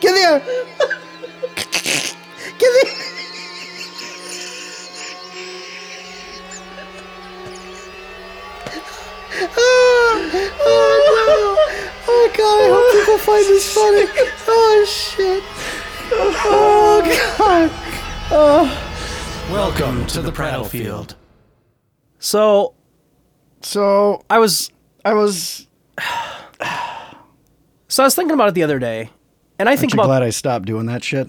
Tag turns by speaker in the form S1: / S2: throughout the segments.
S1: here. Get in. Oh, oh Ah. no. Oh god, I hope people find this funny. Oh shit. Oh god.
S2: Welcome to the Prattlefield.
S3: So
S1: So
S3: I was
S1: I was
S3: so I was thinking about it the other day, and I think
S1: I'm
S3: about
S1: glad I stopped doing that shit.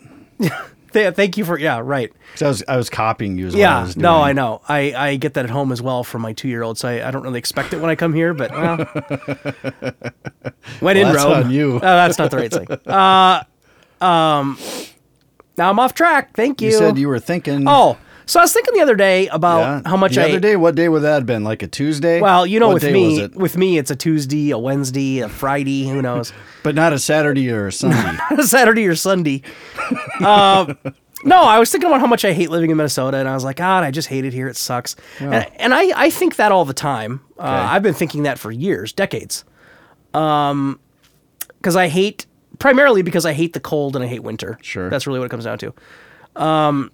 S3: Th- thank you for yeah right
S1: 'Cause I was I was copying you. Is what I
S3: yeah
S1: was doing.
S3: no I know I I get that at home as well from my two year old so I, I don't really expect it when I come here but well when in
S1: that's
S3: Rome
S1: on you.
S3: No, that's not the right thing uh um now I'm off track thank you,
S1: You said you were thinking.
S3: oh so I was thinking the other day about
S1: Yeah.
S3: how much
S1: the
S3: I
S1: other day what day would that have been like a tuesday
S3: well you know
S1: What
S3: with
S1: day was
S3: me
S1: it?
S3: with me it's a Tuesday a Wednesday a Friday who knows
S1: but not a saturday or a sunday
S3: Saturday or Sunday. Um, no, I was thinking about how much I hate living in Minnesota, and I was like, God, I just hate it here. It sucks. And, and I, I think that all the time. Uh, I've been thinking that for years, decades. Because I hate, primarily because I hate the cold and I hate winter.
S1: Sure.
S3: That's really what it comes down to.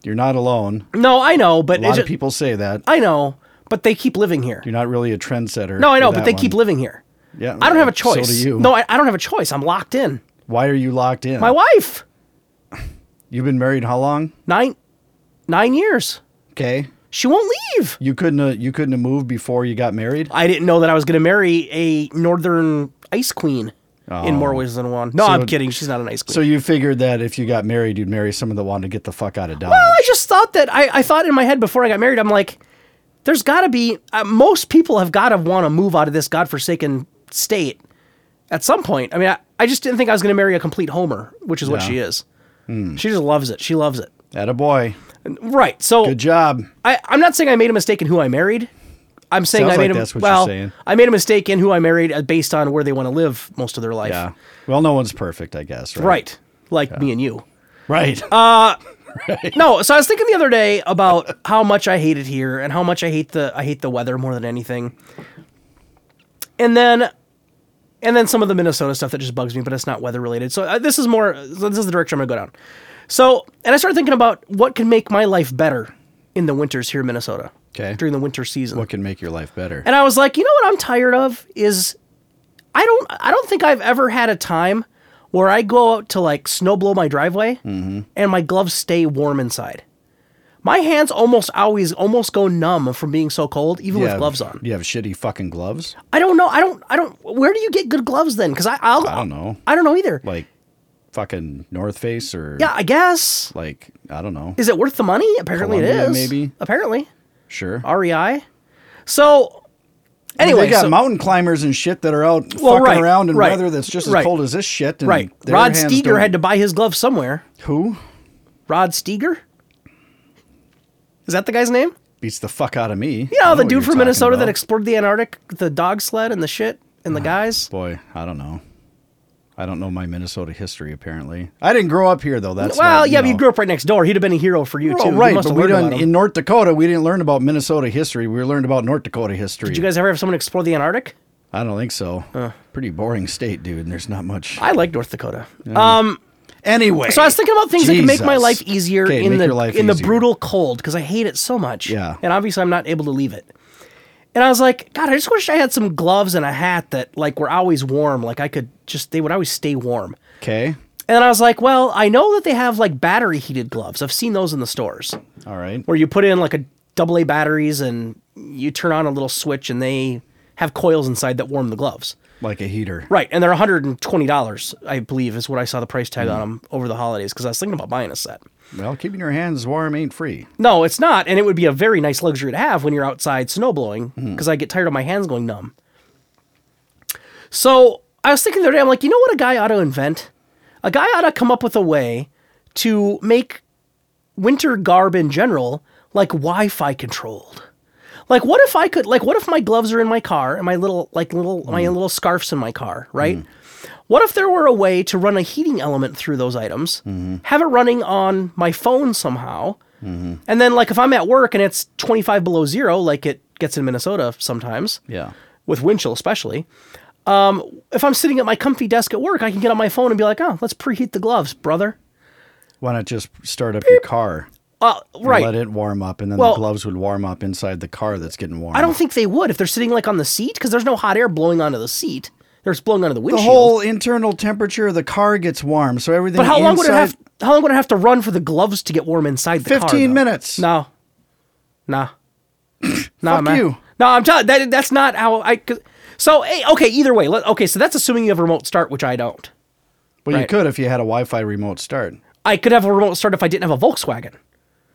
S1: you're not alone
S3: No, I know, but
S1: a lot
S3: it's
S1: of
S3: ju-
S1: people say that
S3: I know, but they keep living here.
S1: you're not really a trendsetter
S3: No, I
S1: for
S3: know, but
S1: that
S3: they keep
S1: one.
S3: living here.
S1: yeah
S3: I don't have a
S1: so do
S3: choice.
S1: you.
S3: No, I, I don't have a choice. I'm locked in.
S1: why are you locked in
S3: My wife,
S1: you've been married how long
S3: nine, nine years.
S1: okay
S3: She won't leave.
S1: you couldn't have, you couldn't have moved before you got married
S3: I didn't know that I was going to marry a northern ice queen in more ways than one. No, I'm kidding. She's not an ice queen.
S1: Oh. so you figured that if you got married you'd marry someone that wanted to get the fuck out of dodge
S3: I just thought that I, I thought in my head before I got married, I'm like, there's got to be uh, most people have got to want to move out of this godforsaken state at some point. I mean, I, I just didn't think I was going to marry a complete homer, which is what
S1: Yeah. Hmm.
S3: she is. She just loves it. She loves it.
S1: that a boy
S3: Right. So
S1: good job
S3: I, I'm not saying I made a mistake in who I married. I'm saying
S1: Sounds
S3: I made
S1: like
S3: a
S1: that's what you're
S3: well.
S1: saying.
S3: I made a mistake in who I married uh, based on where they want to live most of their life.
S1: yeah well no one's perfect i guess right
S3: Right. Uh, Like me and you.
S1: right
S3: No, so I was thinking the other day about how much I hate it here and how much I hate the I hate the weather more than anything. And then and then some of the Minnesota stuff that just bugs me, but it's not weather related. So uh, this is more so this is the direction I'm going to go down. So, and I started thinking about what can make my life better in the winters here in Minnesota.
S1: Okay.
S3: During the winter season.
S1: what can make your life better
S3: And I was like, you know what I'm tired of is I don't I don't think I've ever had a time where I go out to like snow blow my driveway
S1: Mm-hmm.
S3: and my gloves stay warm inside. My hands almost always almost go numb from being so cold, even
S1: You
S3: with
S1: have-
S3: gloves on.
S1: you have shitty fucking gloves
S3: I don't know. I don't. I don't. Where do you get good gloves then? Because I I'll,
S1: I don't know.
S3: I don't know either.
S1: like fucking North Face or
S3: yeah, I guess.
S1: like I don't know.
S3: Is it worth the money? Apparently
S1: Columbia,
S3: it is.
S1: maybe?
S3: Apparently
S1: Sure.
S3: REI. So anyway,
S1: they got
S3: so-
S1: mountain climbers and shit that are out
S3: Well,
S1: fucking
S3: right,
S1: around in
S3: right,
S1: weather that's just as
S3: right.
S1: cold as this shit. And
S3: right.
S1: their
S3: Rod
S1: hands
S3: Steger
S1: don't-
S3: had to buy his gloves somewhere.
S1: who
S3: Rod Steger. Is that the guy's name?
S1: beats the fuck out of me.
S3: Yeah,
S1: I know
S3: the
S1: what
S3: dude
S1: you're
S3: from
S1: talking
S3: Minnesota that
S1: about. Ah,
S3: explored the Antarctic, the dog sled and the shit and the guys.
S1: boy, I don't know. I don't know my Minnesota history. Apparently, I didn't grow up here though. That's
S3: well,
S1: why,
S3: yeah, but
S1: know.
S3: you grew up right next door. He'd have been a hero for you
S1: Well,
S3: too.
S1: Oh, right,
S3: you must
S1: but
S3: have
S1: we
S3: learned about
S1: didn't
S3: him.
S1: in North Dakota. We didn't learn about Minnesota history. We learned about North Dakota history.
S3: Did you guys ever have someone explore the Antarctic?
S1: I don't think so. Pretty boring state, dude. And there's not much.
S3: I like North Dakota. Um,
S1: Anyway,
S3: so I was thinking about things that can make my
S1: Jesus.
S3: life easier
S1: Okay,
S3: in
S1: make
S3: the
S1: your life
S3: in the
S1: easier.
S3: brutal cold because I hate it so much.
S1: Yeah.
S3: and obviously I'm not able to leave it. And I was like, God, I just wish I had some gloves and a hat that like were always warm. Like I could just they would always stay warm.
S1: Okay.
S3: And then I was like, well, I know that they have like battery heated gloves. I've seen those in the stores
S1: All right.
S3: where you put in like a double A batteries and you turn on a little switch and they have coils inside that warm the gloves.
S1: Like a heater.
S3: Right. And they're $120, I believe, is what I saw the price tag on 'em on them over the holidays because I was thinking about buying a set.
S1: Well, keeping your hands warm ain't free.
S3: No, it's not. And it would be a very nice luxury to have when you're outside snow blowing because I get tired of my hands going numb. So I was thinking the other day, I'm like, you know what a guy ought to invent? A guy ought to come up with a way to make winter garb in general like Wi Fi controlled. Like what if I could like what if my gloves are in my car and my little like little my little scarfs in my car, right? What if there were a way to run a heating element through those items, have it running on my phone somehow, and then like if I'm at work and it's 25 below zero, like it gets in Minnesota sometimes,
S1: Yeah.
S3: with wind chill especially, Um, if I'm sitting at my comfy desk at work, I can get on my phone and be like, oh, let's preheat the gloves, brother.
S1: Why not just start up your car?
S3: Uh,
S1: and
S3: right.
S1: Let it warm up, and then
S3: Well-
S1: the gloves would warm up inside the car that's getting warm.
S3: I don't think they would if they're sitting like on the seat because there's no hot air blowing onto the seat. There's blowing onto the
S1: The
S3: windshield.
S1: whole internal temperature of the car gets warm, so everything.
S3: but how long would it
S1: inside-
S3: have? How long would it have to run for the gloves to get warm inside the car?
S1: 15
S3: though?
S1: minutes.
S3: No, no, no,
S1: Fuck
S3: man.
S1: you.
S3: No, I'm telling that that's not how I. 'cause- So eh, okay, either way. Let, okay, so that's assuming you have a remote start, which I don't.
S1: Well, you
S3: Right.
S1: could if you had a Wi-Fi remote start.
S3: I could have a remote start if I didn't have a Volkswagen.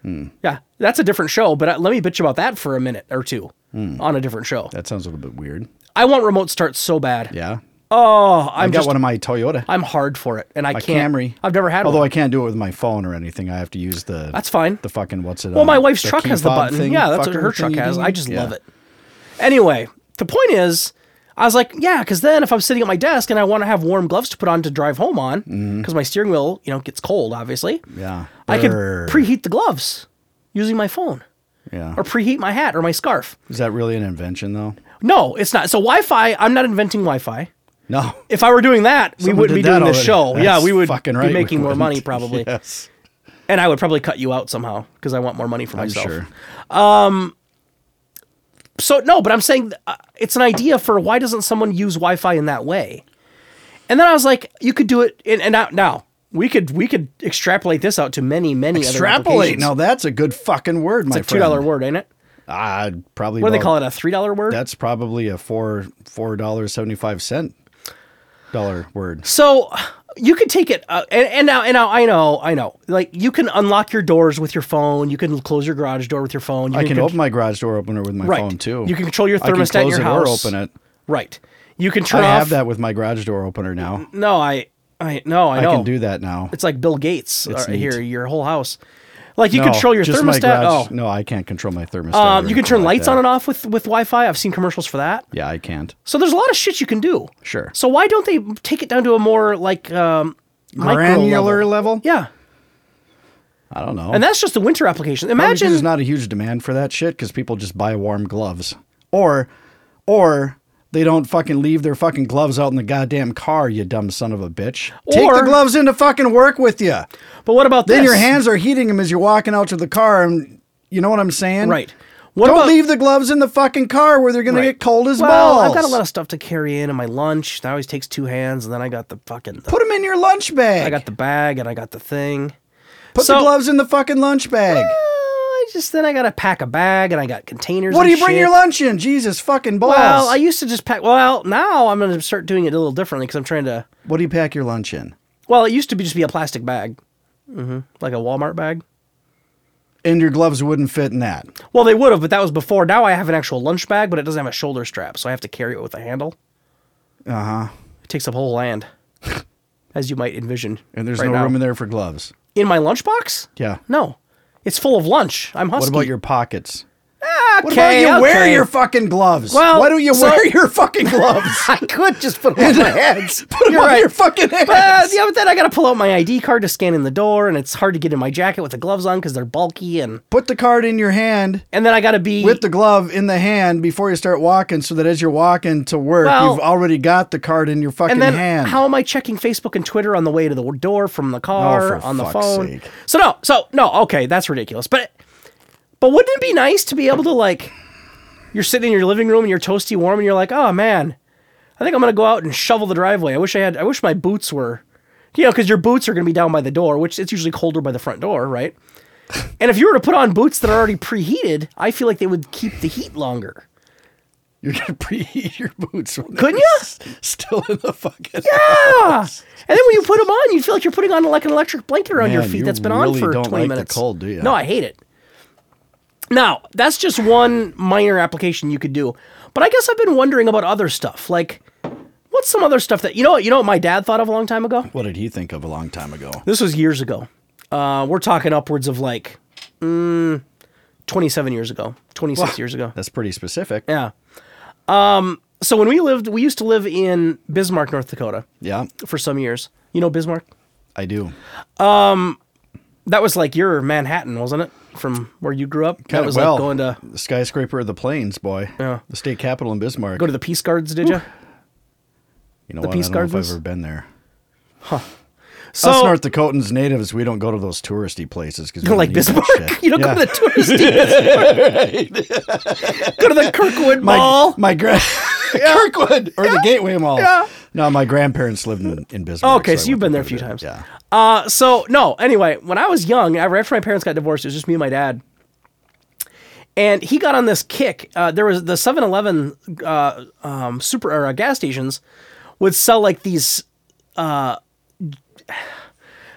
S1: Hmm.
S3: Yeah, that's a different show. But uh, let me bitch about that for a minute or two on a different show.
S1: Hmm. That sounds a little bit weird.
S3: I want remote start so bad.
S1: Yeah.
S3: Oh,
S1: I
S3: I'm
S1: got
S3: just
S1: one of my Toyota,
S3: I'm hard for it, and I
S1: my
S3: can't.
S1: Camry.
S3: I've never had
S1: Although
S3: one.
S1: I can't do it with my phone or anything. I have to use the.
S3: That's fine.
S1: The fucking what's it?
S3: well, my wife's truck has the button. yeah, that's what her truck has. I just love it. Anyway, the point is, I was like, yeah, because then if I'm sitting at my desk and I want to have warm gloves to put on to drive home on, because
S1: Mm-hmm.
S3: my steering wheel, you know, gets cold, obviously.
S1: Yeah.
S3: I could
S1: Brr.
S3: preheat the gloves using my phone,
S1: Yeah.
S3: or preheat my hat or my scarf.
S1: Is that really an invention though?
S3: No, it's not. So Wi-Fi, I'm not inventing Wi-Fi.
S1: No.
S3: If I were doing that, we
S1: Someone
S3: wouldn't be
S1: did that
S3: doing this show.
S1: already.
S3: yeah,
S1: That's
S3: we would
S1: fucking
S3: be
S1: right, we
S3: making more money
S1: wouldn't.
S3: probably.
S1: yes.
S3: and I would probably cut you out somehow because I want more money for
S1: I'm
S3: myself.
S1: sure.
S3: So no, but I'm saying uh, it's an idea for why doesn't someone use Wi-Fi in that way? And then I was like, you could do it, in, and now, now we could we could extrapolate this out to many many
S1: Extrapolate.
S3: other
S1: Now that's a good fucking word, my
S3: it's a two dollar word, ain't it?
S1: Ah, probably.
S3: What do they call it? A three dollar word?
S1: That's probably a four four dollars seventy five cent dollar word.
S3: So you could take it, uh, and, and now, and now I know, I know. Like you can unlock your doors with your phone. You can close your garage door with your phone. You
S1: I can
S3: con-
S1: open my garage door opener with my
S3: Right.
S1: phone too.
S3: You can control your
S1: I can
S3: thermostat in
S1: close
S3: your
S1: it or
S3: house.
S1: open it.
S3: right. You can
S1: I
S3: turn off.
S1: have that with my garage door opener now.
S3: No, I, I no,
S1: I
S3: I know.
S1: can do that now.
S3: It's like Bill Gates uh,
S1: neat.
S3: here, your whole house. Like you
S1: No,
S3: control your
S1: just my
S3: thermostat.
S1: garage-
S3: Oh,
S1: No, I can't control my thermostat.
S3: um,
S1: or
S3: you can turn
S1: anything like
S3: lights on
S1: that.
S3: and off with with Wi-Fi. I've seen commercials for that.
S1: Yeah, I can't.
S3: So there's a lot of shit you can do.
S1: Sure.
S3: So why don't they take it down to a more like um, micro
S1: Granular
S3: level?
S1: level?
S3: Yeah,
S1: I don't know.
S3: and that's just the winter application.
S1: Probably 'cause
S3: Imagine
S1: there's not a huge demand for that shit because people just buy warm gloves, or, or they don't fucking leave their fucking gloves out in the goddamn car. You dumb son of a bitch. Take the
S3: Or-
S1: gloves into fucking work with you.
S3: But what about
S1: Then
S3: this?
S1: your hands are heating them as you're walking out to the car, and you know what I'm saying,
S3: Right. What
S1: don't
S3: about-
S1: leave the gloves in the fucking car where they're gonna
S3: Right.
S1: get cold as
S3: well,
S1: balls.
S3: I've got a lot of stuff to carry in, and my lunch that always takes two hands, and then I got the fucking.
S1: Put them in your lunch bag.
S3: I got the bag, and I got the thing.
S1: Put
S3: so-
S1: the gloves in the fucking lunch bag.
S3: Oh, I just then I gotta pack a bag, and I got containers.
S1: What do
S3: and
S1: you bring
S3: shit.
S1: your lunch in? Jesus fucking balls.
S3: Well, I used to just pack. Well, now I'm going to start doing it a little differently because I'm trying to.
S1: what do you pack your lunch in?
S3: Well, it used to be just be a plastic bag, hmm like a Walmart bag.
S1: And your gloves wouldn't fit in that.
S3: Well, they would have, but that was before. Now I have an actual lunch bag, but it doesn't have a shoulder strap, so I have to carry it with a handle.
S1: Uh huh.
S3: It takes up whole land, as you might envision.
S1: And there's
S3: right
S1: no
S3: now.
S1: room in there for gloves.
S3: in my lunchbox.
S1: Yeah.
S3: No, it's full of lunch. I'm husky.
S1: What about your pockets?
S3: Okay,
S1: What about you
S3: okay.
S1: wear your fucking gloves?
S3: Well,
S1: Why don't you
S3: so-
S1: wear your fucking gloves?
S3: I could just put them on my heads.
S1: Put them
S3: You're
S1: on
S3: right.
S1: your fucking heads.
S3: Uh, yeah, but then I gotta pull out my ID card to scan in the door, and it's hard to get in my jacket with the gloves on because they're bulky, and
S1: Put the card in your hand
S3: and then I gotta be
S1: with the glove in the hand before you start walking so that as you're walking to work,
S3: Well-
S1: you've already got the card in your fucking
S3: And then
S1: hand.
S3: how am I checking Facebook and Twitter on the way to the door from the car
S1: Oh, for
S3: on the
S1: fuck's
S3: phone?
S1: sake.
S3: So no, so no, okay, that's ridiculous. But but wouldn't it be nice to be able to like you're sitting in your living room and you're toasty warm and you're like, "Oh man, I think I'm going to go out and shovel the driveway. I wish I had I wish my boots were you know, cuz your boots are going to be down by the door, which it's usually colder by the front door, right? and if you were to put on boots that are already preheated, I feel like they would keep the heat longer.
S1: You're gonna preheat your boots. when
S3: Couldn't
S1: they're
S3: ya?
S1: s- Still in the fucking.
S3: Ah! And then when you put them on, you feel like you're putting on like an electric blanket around your
S1: Man,
S3: feet
S1: you
S3: that's been on
S1: really
S3: for
S1: don't
S3: 20
S1: like the
S3: minutes.
S1: cold, do ya?
S3: No, I hate it. Now, that's just one minor application you could do. But I guess I've been wondering about other stuff. Like, what's some other stuff that, you know what, you know what my dad thought of a long time ago?
S1: What did he think of a long time ago?
S3: This was years ago. Uh, we're talking upwards of like mm, 27 years ago, 26 years ago.
S1: That's pretty specific.
S3: Yeah. Um, so when we lived, we used to live in Bismarck, North Dakota
S1: Yeah,
S3: for some years. You know Bismarck?
S1: I do.
S3: That was like your Manhattan, wasn't it? From where you grew up? that
S1: Kinda-
S3: was
S1: well,
S3: like going to
S1: the skyscraper of the plains, boy.
S3: Yeah.
S1: The state capital in Bismarck.
S3: go to the Peace Guards, did you?
S1: You know
S3: The
S1: what?
S3: Peace
S1: I don't know if
S3: Gardens?
S1: I've ever been there. Us
S3: So
S1: North Dakotans natives, we don't go to those touristy places because
S3: you're like Bismarck. You don't go to the touristy Bismarck. go to the Kirkwood
S1: my,
S3: Mall.
S1: My gra-
S3: Kirkwood.
S1: or the Gateway Mall.
S3: Yeah. Oh,
S1: No, my grandparents lived in, in Bismarck.
S3: Okay,
S1: I
S3: so
S1: went
S3: you've been
S1: to
S3: there a
S1: visit.
S3: few times.
S1: Yeah.
S3: Uh, so no. Anyway, when I was young, after my parents got divorced, it was just me and my dad. And he got on this kick. Uh, there was the 7-Eleven uh, um, super or, uh, gas stations would sell like these. Uh,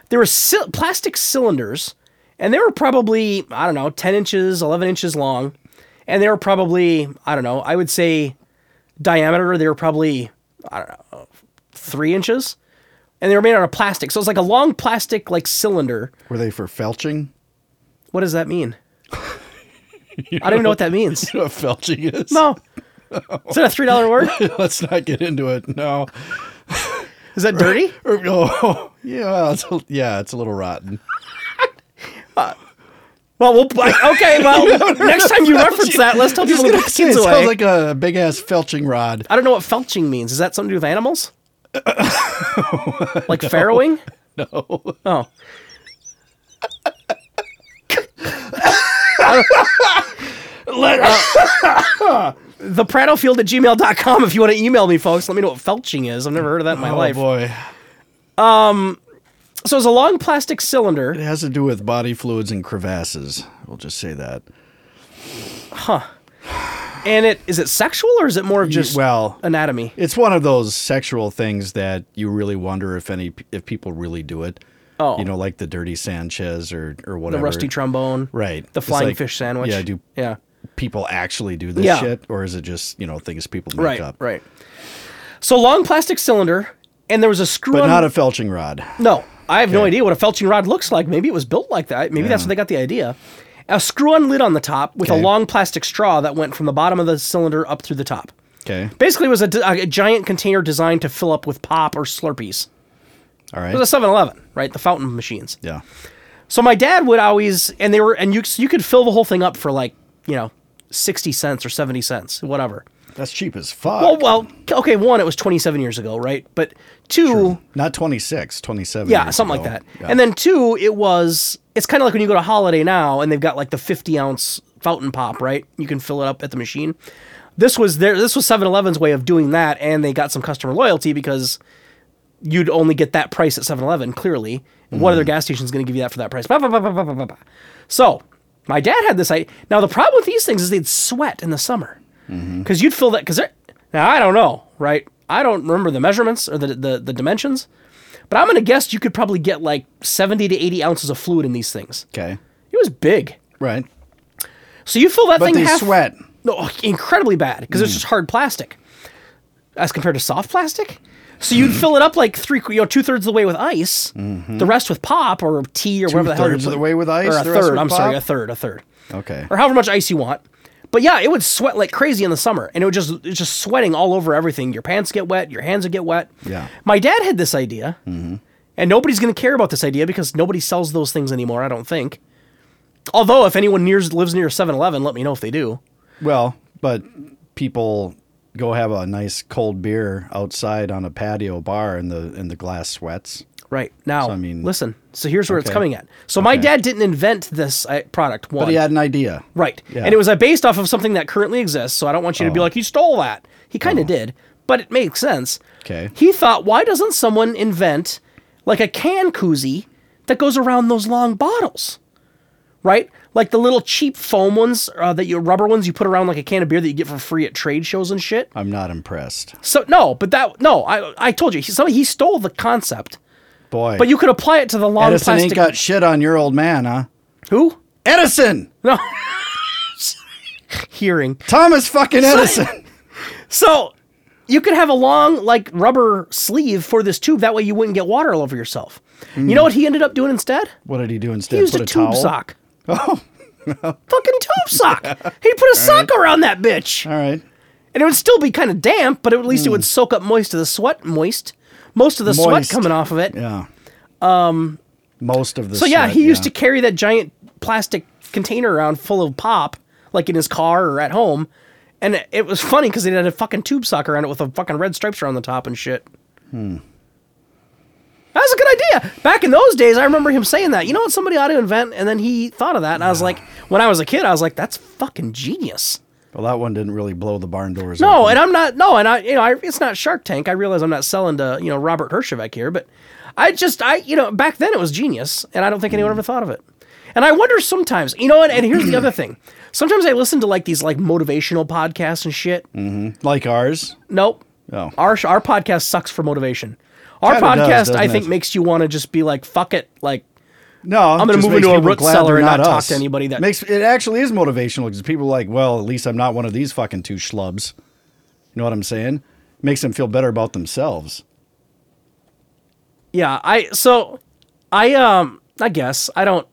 S3: there were sil- plastic cylinders, and they were probably I don't know ten inches, eleven inches long, and they were probably I don't know. I would say diameter. They were probably I don't know three inches and they were made out of plastic. So it's like a long plastic like cylinder.
S1: Were they for felching?
S3: What does that mean? I don't even know what that means.
S1: You know what felching is?
S3: No. Is that a three dollar word?
S1: Let's not get into it. No.
S3: Is that dirty?
S1: Or- oh, yeah, it's a, yeah, it's a little rotten.
S3: Well, we'll okay. Well, next time you reference that, let's
S1: I
S3: tell
S1: was
S3: people to
S1: gonna
S3: put the
S1: say, it
S3: kids away.
S1: sounds like a big ass felching rod.
S3: I don't know what felching means. Is that something to do with animals? like farrowing? No. Oh. the prattlefield at gmail.com if you want to email me, folks. Let me know what felching is. I've never heard of that in my
S1: Oh
S3: life.
S1: boy,
S3: So it's a long plastic cylinder.
S1: it has to do with body fluids and crevasses. We'll just say that.
S3: And it is it sexual or is it more of just
S1: well,
S3: anatomy?
S1: it's one of those sexual things that you really wonder if any if people really do it.
S3: Oh.
S1: you know, like the dirty Sanchez or or whatever.
S3: The rusty trombone.
S1: Right.
S3: The
S1: It's
S3: flying
S1: like,
S3: fish sandwich.
S1: Yeah, do
S3: Yeah.
S1: people actually do this
S3: Yeah.
S1: shit, or is it just you know things people make
S3: Right,
S1: up?
S3: right. So long plastic cylinder, and there was a screw.
S1: But
S3: on,
S1: not a felching rod.
S3: no, I have no idea what a felching rod looks like. Maybe it was built like that. Maybe that's
S1: Yeah.
S3: where they got the idea. A screw-on lid on the top with a
S1: Okay.
S3: long plastic straw that went from the bottom of the cylinder up through the top.
S1: Okay,
S3: Basically, it was a, d- a giant container designed to fill up with pop or Slurpees.
S1: all
S3: It
S1: right.
S3: was a 7-Eleven, right? The fountain machines.
S1: Yeah,
S3: So my dad would always, and they were, and you you could fill the whole thing up for like you know sixty cents or seventy cents, whatever.
S1: that's cheap as fuck.
S3: Oh well, okay. One, it was twenty-seven years ago, right? But two,
S1: Not 26, 27.
S3: Yeah,
S1: years
S3: something
S1: ago.
S3: like that.
S1: Yeah.
S3: And then two, it was it's kind of like when you go to Holiday now and they've got like the 50 ounce fountain pop, right? You can fill it up at the machine. This was their this was 7-Eleven's way of doing that and they got some customer loyalty because you'd only get that price at 7-Eleven clearly. What other
S1: Mm-hmm.
S3: gas station's going to give you that for that price? Bah, bah, bah, bah, bah, bah, bah, bah. So, my dad had this idea. Now the problem with these things is they'd sweat in the summer.
S1: Mm-hmm.
S3: Cuz you'd fill that cuz now I don't know, right? I don't remember the measurements or the the, the dimensions. But I'm gonna guess you could probably get like 70 to 80 ounces of fluid in these things.
S1: okay,
S3: It was big.
S1: right.
S3: So you fill that
S1: But
S3: thing
S1: they
S3: half.
S1: sweat. Hmm.
S3: No, oh, incredibly bad because it's just hard plastic, as compared to soft plastic. So you'd fill it up like three, you know, two thirds of the way with ice, the rest with pop or tea or whatever the hell. you
S1: Mm-hmm. Two-thirds of
S3: put-
S1: the way with ice,
S3: or a
S1: the rest
S3: third.
S1: with
S3: I'm sorry,
S1: pop?
S3: a third, a third,
S1: Okay.
S3: or however much ice you want. But yeah, it would sweat like crazy in the summer, and it would just it's just sweating all over everything. Your pants get wet, your hands would get wet.
S1: Yeah. Mm-hmm.
S3: My dad had this idea, and nobody's going to care about this idea because nobody sells those things anymore. I don't think. Although, if anyone nears lives near 7-Eleven, let me know if they do.
S1: Well, but people go have a nice cold beer outside on a patio bar and the and the glass sweats.
S3: Right now,
S1: I mean-
S3: listen. So here's where it's
S1: Okay.
S3: coming at. So my dad didn't invent this uh, product. One,
S1: But he had an idea.
S3: right,
S1: Yeah. Oh.
S3: and it was uh, based off of something that currently exists. So I don't want you to be like he stole that. He kind of did, but it makes sense.
S1: Okay.
S3: He thought, why doesn't someone invent like a can koozie that goes around those long bottles? Right? Like the little cheap foam ones uh, that you rubber ones you put around like a can of beer that you get for free at trade shows and shit.
S1: I'm not impressed.
S3: So no, but that no, I I told you he, somebody he stole the concept,
S1: Boy.
S3: but you could apply it to the long
S1: Edison
S3: plastic.
S1: ain't got shit on your old man, huh?
S3: Who?
S1: Edison!
S3: No. Hearing.
S1: Thomas fucking Edison.
S3: So you could have a long, like, rubber sleeve for this tube. That way you wouldn't get water all over yourself. You know what he ended up doing instead?
S1: What did he do instead?
S3: He used
S1: Put
S3: a,
S1: a,
S3: tube
S1: towel?
S3: sock. Oh. Fucking tube sock. He put a sock around that bitch.
S1: All right.
S3: And it would still be kind of damp, but at least it would soak up most of the sweat. Moist. Most of the sweat
S1: Mm. Moist.
S3: coming off of it.
S1: Yeah. Um most of the
S3: So yeah, he used to carry that giant plastic container around full of pop, like in his car or at home. And it- it was funny because it had a fucking tube sock around it with a fucking red stripes around the top and shit. That was a good idea. Back in those days, I remember him saying that. You know what? Somebody ought to invent, and then he thought of that, and I was like, when I was a kid, I was like, that's fucking genius.
S1: Well, that one didn't really blow the barn doors.
S3: No,
S1: open.
S3: and I'm not. No, and I, you know, I, it's not Shark Tank. I realize I'm not selling to you know Robert Hershevek here, but I just, I, you know, back then it was genius, and I don't think
S1: Hmm.
S3: anyone ever thought of it. And I wonder sometimes, you know, and, and here's the other thing. Sometimes I listen to like these like motivational podcasts and shit.
S1: Hmm. like ours.
S3: Nope.
S1: Oh.
S3: Our our podcast sucks for motivation. Our
S1: Kinda does,
S3: podcast,
S1: doesn't
S3: I think,
S1: it?
S3: makes you want to just be like, fuck it, like
S1: No, I'm
S3: gonna move into a root cellar and not talk to anybody that-
S1: makes it actually is motivational because people are like, well, at least I'm not one of these fucking two schlubs. You know what I'm saying? Makes them feel better about themselves.
S3: Yeah, I so I um I guess I don't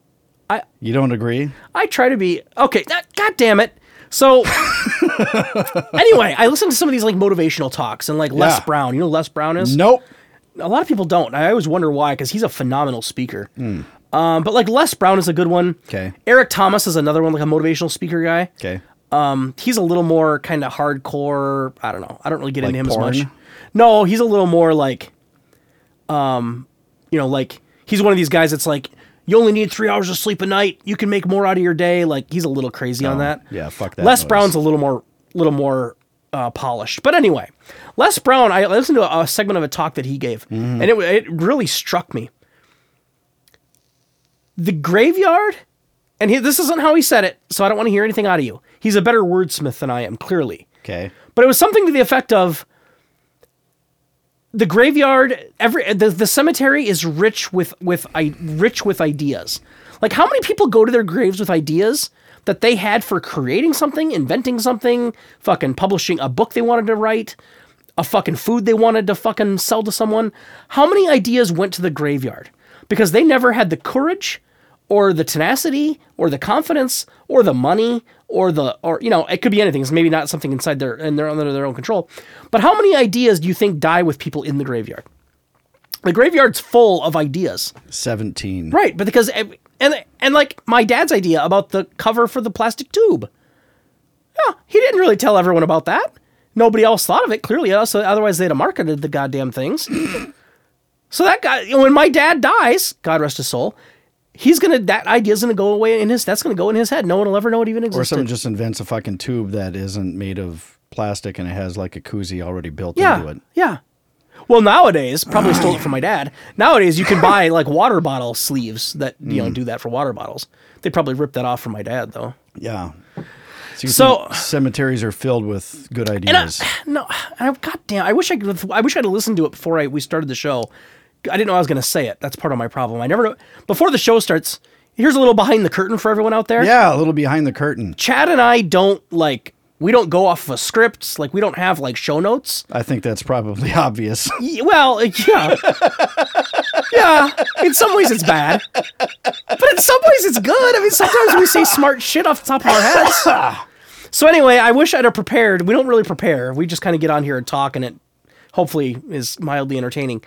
S1: You don't agree?
S3: I try to be okay. ah, God damn it. So anyway, I listen to some of these like motivational talks and like Les
S1: Yeah.
S3: Brown. You know who Les Brown is
S1: Nope.
S3: a lot of people don't. I always wonder why because he's a phenomenal speaker. Um, but like Les Brown is a good one.
S1: 'Kay.
S3: Eric Thomas is another one like a motivational speaker guy.
S1: Okay.
S3: Um, he's a little more kind of hardcore. I don't know. I don't really get
S1: Like
S3: into him
S1: porn?
S3: as much. No, he's a little more like, um, you know, like he's one of these guys that's like, you only need three hours of sleep a night. You can make more out of your day. Like he's a little crazy on that.
S1: Oh, yeah, fuck that
S3: Les
S1: noise.
S3: Brown's a little more, little more uh, polished. But anyway, Les Brown. I listened to a, a segment of a talk that he gave,
S1: Mm-hmm.
S3: and it it really struck me. The graveyard and he, this isn't how he said it, so I don't want to hear anything out of you. He's a better wordsmith than I am, clearly.
S1: Okay.
S3: But it was something to the effect of the graveyard, every the, the cemetery is rich with with I, rich with ideas. Like how many people go to their graves with ideas that they had for creating something, inventing something, fucking publishing a book they wanted to write, a fucking food they wanted to fucking sell to someone. How many ideas went to the graveyard? Because they never had the courage or the tenacity or the confidence or the money or the or you know it could be anything it's maybe not something inside their and they're under their own control but how many ideas do you think die with people in the graveyard the graveyard's full of ideas
S1: 17.
S3: right but because ev- and and like my dad's idea about the cover for the plastic tube yeah he didn't really tell everyone about that nobody else thought of it clearly else- otherwise they'd have marketed the goddamn things so that guy when my dad dies god rest his soul he's gonna that idea's gonna go away in his that's gonna go in his head no one will ever know it even
S1: Or
S3: existed
S1: someone just invents a fucking tube that isn't made of plastic and it has like a koozie already built into
S3: yeah
S1: it.
S3: yeah well nowadays probably stole it from my dad nowadays you can buy like water bottle sleeves that you
S1: Mm.
S3: know do that for water bottles they probably ripped that off from my dad though
S1: Yeah. So, you
S3: So-
S1: think cemeteries are filled with good
S3: And I-
S1: ideas.
S3: no, I, goddamn! I wish I could. I wish I'd listened to it before I, we started the show. I didn't know I was going to say it. That's part of my problem. I never know. Before the show starts, here's a little behind the curtain for everyone out there.
S1: yeah, a little behind the curtain.
S3: Chad and I don't like. We don't go off of scripts. Like we don't have like show notes.
S1: I think that's probably obvious.
S3: Y- Well, uh, yeah, yeah. In some ways, it's bad, but in some ways, it's good. I mean, sometimes we say smart shit off the top of our heads. So anyway, I wish I'd have prepared. We don't really prepare. We just kind of get on here and talk, and it hopefully is mildly entertaining.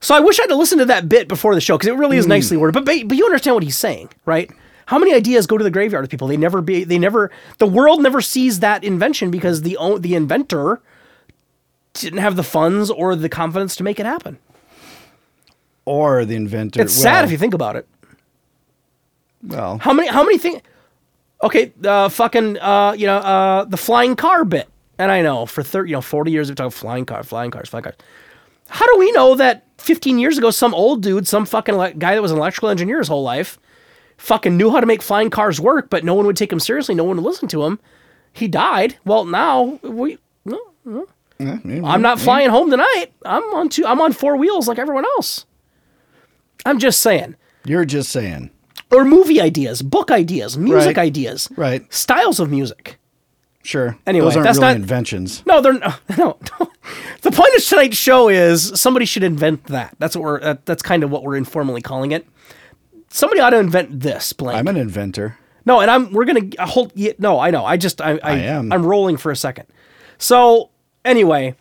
S3: So I wish I'd have listened to that bit before the show because it really is nicely worded. But, but but you understand what he's saying, right? How many ideas go to the graveyard of people? They never be. They never. The world never sees that invention because the o- the inventor didn't have the funds or the confidence to make it happen.
S1: or the inventor.
S3: It's sad if you think about it.
S1: Well,
S3: How many how many things? Okay, the fucking uh, you know uh, the flying car bit, and I know for thirty you know forty years we've talked flying car, flying cars, flying cars. How do we know that fifteen years ago some old dude, some fucking ele- guy that was an electrical engineer his whole life, fucking knew how to make flying cars work, but no one would take him seriously, no one would listen to him. He died. Well, now we. No, I'm not flying home tonight. I'm on two. I'm on four wheels like everyone else. I'm just saying
S1: you're just saying,
S3: or movie ideas, book ideas, music
S1: Right.
S3: ideas,
S1: right?
S3: styles of music.
S1: Sure.
S3: Anyway,
S1: those aren't
S3: that's
S1: really
S3: not-
S1: inventions.
S3: No, they're no, no. The point of tonight's show is somebody should invent that. That's what we're. That, that's kind of what we're informally calling it. Somebody ought to invent this blank.
S1: I'm an inventor.
S3: no, and I'm. We're gonna I hold. yeah, No, I know. I just. I. I, I
S1: am.
S3: I'm rolling for a second. So anyway,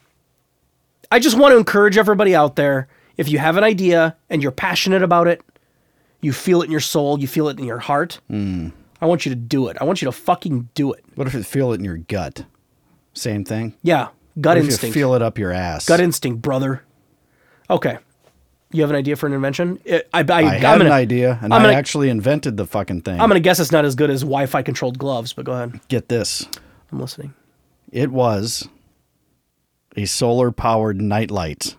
S3: I just want to encourage everybody out there. If you have an idea and you're passionate about it, you feel it in your soul, you feel it in your heart.
S1: Hmm.
S3: I want you to do it. I want you to fucking do it.
S1: What if you feel it in your gut? Same thing.
S3: Yeah, gut
S1: What if you
S3: instinct.
S1: feel it up your ass?
S3: gut instinct, brother. Okay. You have an idea for an invention? I, I,
S1: I
S3: I, am
S1: had
S3: gonna,
S1: an idea, and
S3: I'm
S1: I
S3: gonna-
S1: actually invented the fucking thing.
S3: I'm going to guess it's not as good as Wi Fi controlled gloves, but go ahead.
S1: Get this.
S3: I'm listening.
S1: It was a solar powered nightlight.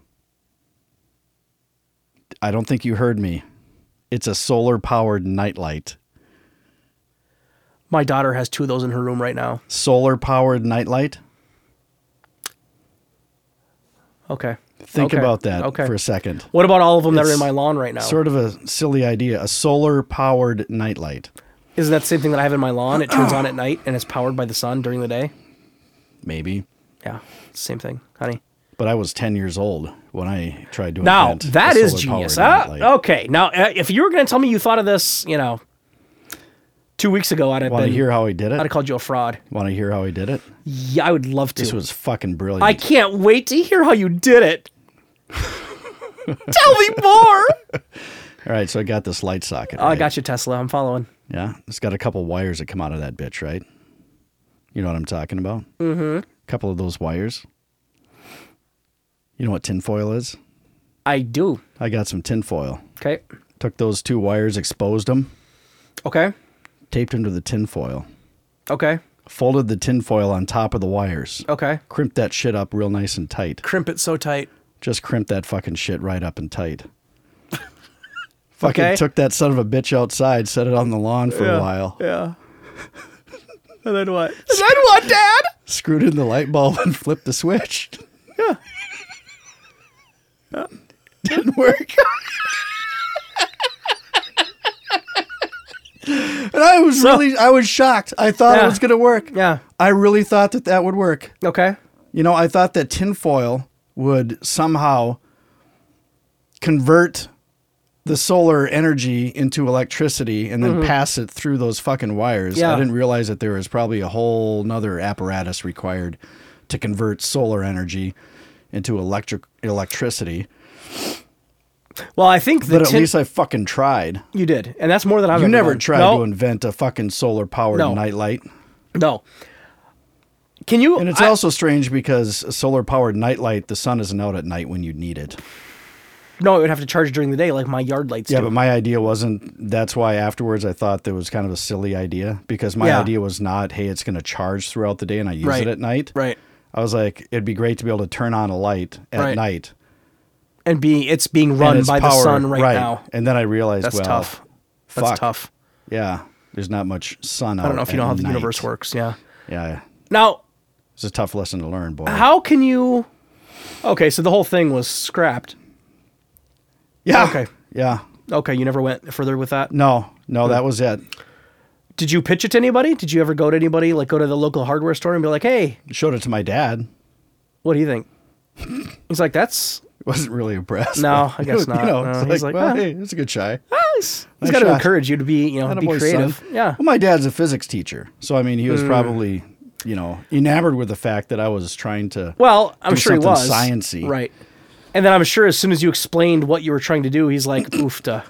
S1: I don't think you heard me. It's a solar powered nightlight.
S3: My daughter has two of those in her room right now.
S1: Solar powered nightlight?
S3: Okay.
S1: Think
S3: Okay.
S1: about that
S3: Okay.
S1: for a second.
S3: What about all of them that are in
S1: It's
S3: my lawn right now?
S1: Sort of a silly idea. A solar powered nightlight.
S3: Isn't that the same thing that I have in my lawn? It turns on at night and it's powered by the sun during the day.
S1: Maybe.
S3: Yeah, same thing, honey.
S1: But I was 10 years old when I tried to
S3: Now
S1: invent
S3: that
S1: a
S3: is
S1: solar-powered
S3: genius. Ah,
S1: nightlight.
S3: okay. Now, uh, if you were going to tell me you thought of this, you know, two weeks ago, I'd have
S1: Want
S3: been
S1: to hear how he did
S3: I'd have
S1: it?
S3: called you a fraud.
S1: Want to hear how he did it?
S3: Yeah, I would love to.
S1: This was fucking brilliant.
S3: I can't wait to hear how you did it. tell me more.
S1: All right, so I got this light socket.
S3: Oh, I
S1: right?
S3: got you, Tesla. I'm following.
S1: Yeah, it's got a couple wires that come out of that bitch, right? You know what I'm talking about? Mm-hmm. couple of those wires. You know what tinfoil is?
S3: I do.
S1: I got some tinfoil.
S3: Okay.
S1: Took those two wires, exposed them,
S3: Okay.
S1: taped them to the tinfoil,
S3: Okay.
S1: folded the tinfoil on top of the wires,
S3: Okay.
S1: crimped that shit up real nice and tight.
S3: Crimp it so tight.
S1: Just crimped that fucking shit right up and tight. Fucking
S3: Okay.
S1: took that son of a bitch outside, set it on the lawn for a while,
S3: Yeah. and then what? And then what, Dad?
S1: screwed in the light bulb, and flipped the switch.
S3: Yeah.
S1: Didn't work. and I was really, I was shocked. I thought
S3: Yeah.
S1: it was going to work.
S3: Yeah.
S1: I really thought that that would work.
S3: Okay.
S1: You know, I thought that tinfoil would somehow convert the solar energy into electricity and then pass it through those fucking wires.
S3: Mm-hmm. Yeah.
S1: I didn't realize that there was probably a whole nother apparatus required to convert solar energy into electric electricity.
S3: Well, I think the
S1: But at
S3: tin-
S1: least I fucking tried.
S3: you did, and that's more than I've
S1: You
S3: ever
S1: never
S3: done.
S1: tried
S3: no,
S1: to invent a fucking solar powered
S3: No.
S1: nightlight.
S3: No. Can you?
S1: And it's
S3: I-
S1: also strange because a solar powered nightlight, the sun isn't out at night when you need it.
S3: no. It would have to charge during the day, like my yard lights.
S1: Yeah,
S3: do.
S1: but my idea wasn't. That's why afterwards I thought that was kind of a silly idea because my
S3: Yeah.
S1: idea was not, hey, it's going to charge throughout the day and I use
S3: Right.
S1: it at night.
S3: right.
S1: I was like, it'd be great to be able to turn on a light at
S3: Right.
S1: night.
S3: And be it's being
S1: and
S3: run
S1: its
S3: by the
S1: power-
S3: sun right, now.
S1: And then I realized,
S3: That's
S1: well,
S3: tough. That's
S1: fuck.
S3: tough.
S1: Yeah, there's not much sun out.
S3: I don't know if you know how the universe
S1: works.
S3: works. Yeah.
S1: Yeah,
S3: Now,
S1: it's a tough lesson to learn, boy.
S3: how can you? Okay, so the whole thing was scrapped.
S1: yeah.
S3: okay.
S1: Yeah.
S3: Okay, you never went further with that.
S1: No, no, that was it.
S3: Did you pitch it to anybody? Did you ever go to anybody, like go to the local hardware store and be like, "Hey,
S1: Showed it to my dad.
S3: what do you think?" He's like, "that's
S1: Wasn't really impressed.
S3: No, I guess
S1: You
S3: not.
S1: know,
S3: No,
S1: it's
S3: he's
S1: like,
S3: like,
S1: well,
S3: "Ah."
S1: hey, it's a good try.
S3: nice." He's
S1: Nice
S3: got to
S1: shot.
S3: encourage you to be, you know,
S1: Atta
S3: be
S1: boy,
S3: creative.
S1: son.
S3: Yeah. Hmm.
S1: Well, my dad's a physics teacher, so I mean, he was probably, you know, enamored with the fact that I was trying to.
S3: Well, I'm
S1: do
S3: sure he
S1: something
S3: was
S1: sciency.
S3: right? And then I'm sure as soon as you explained what you were trying to do, he's like, "Oofta,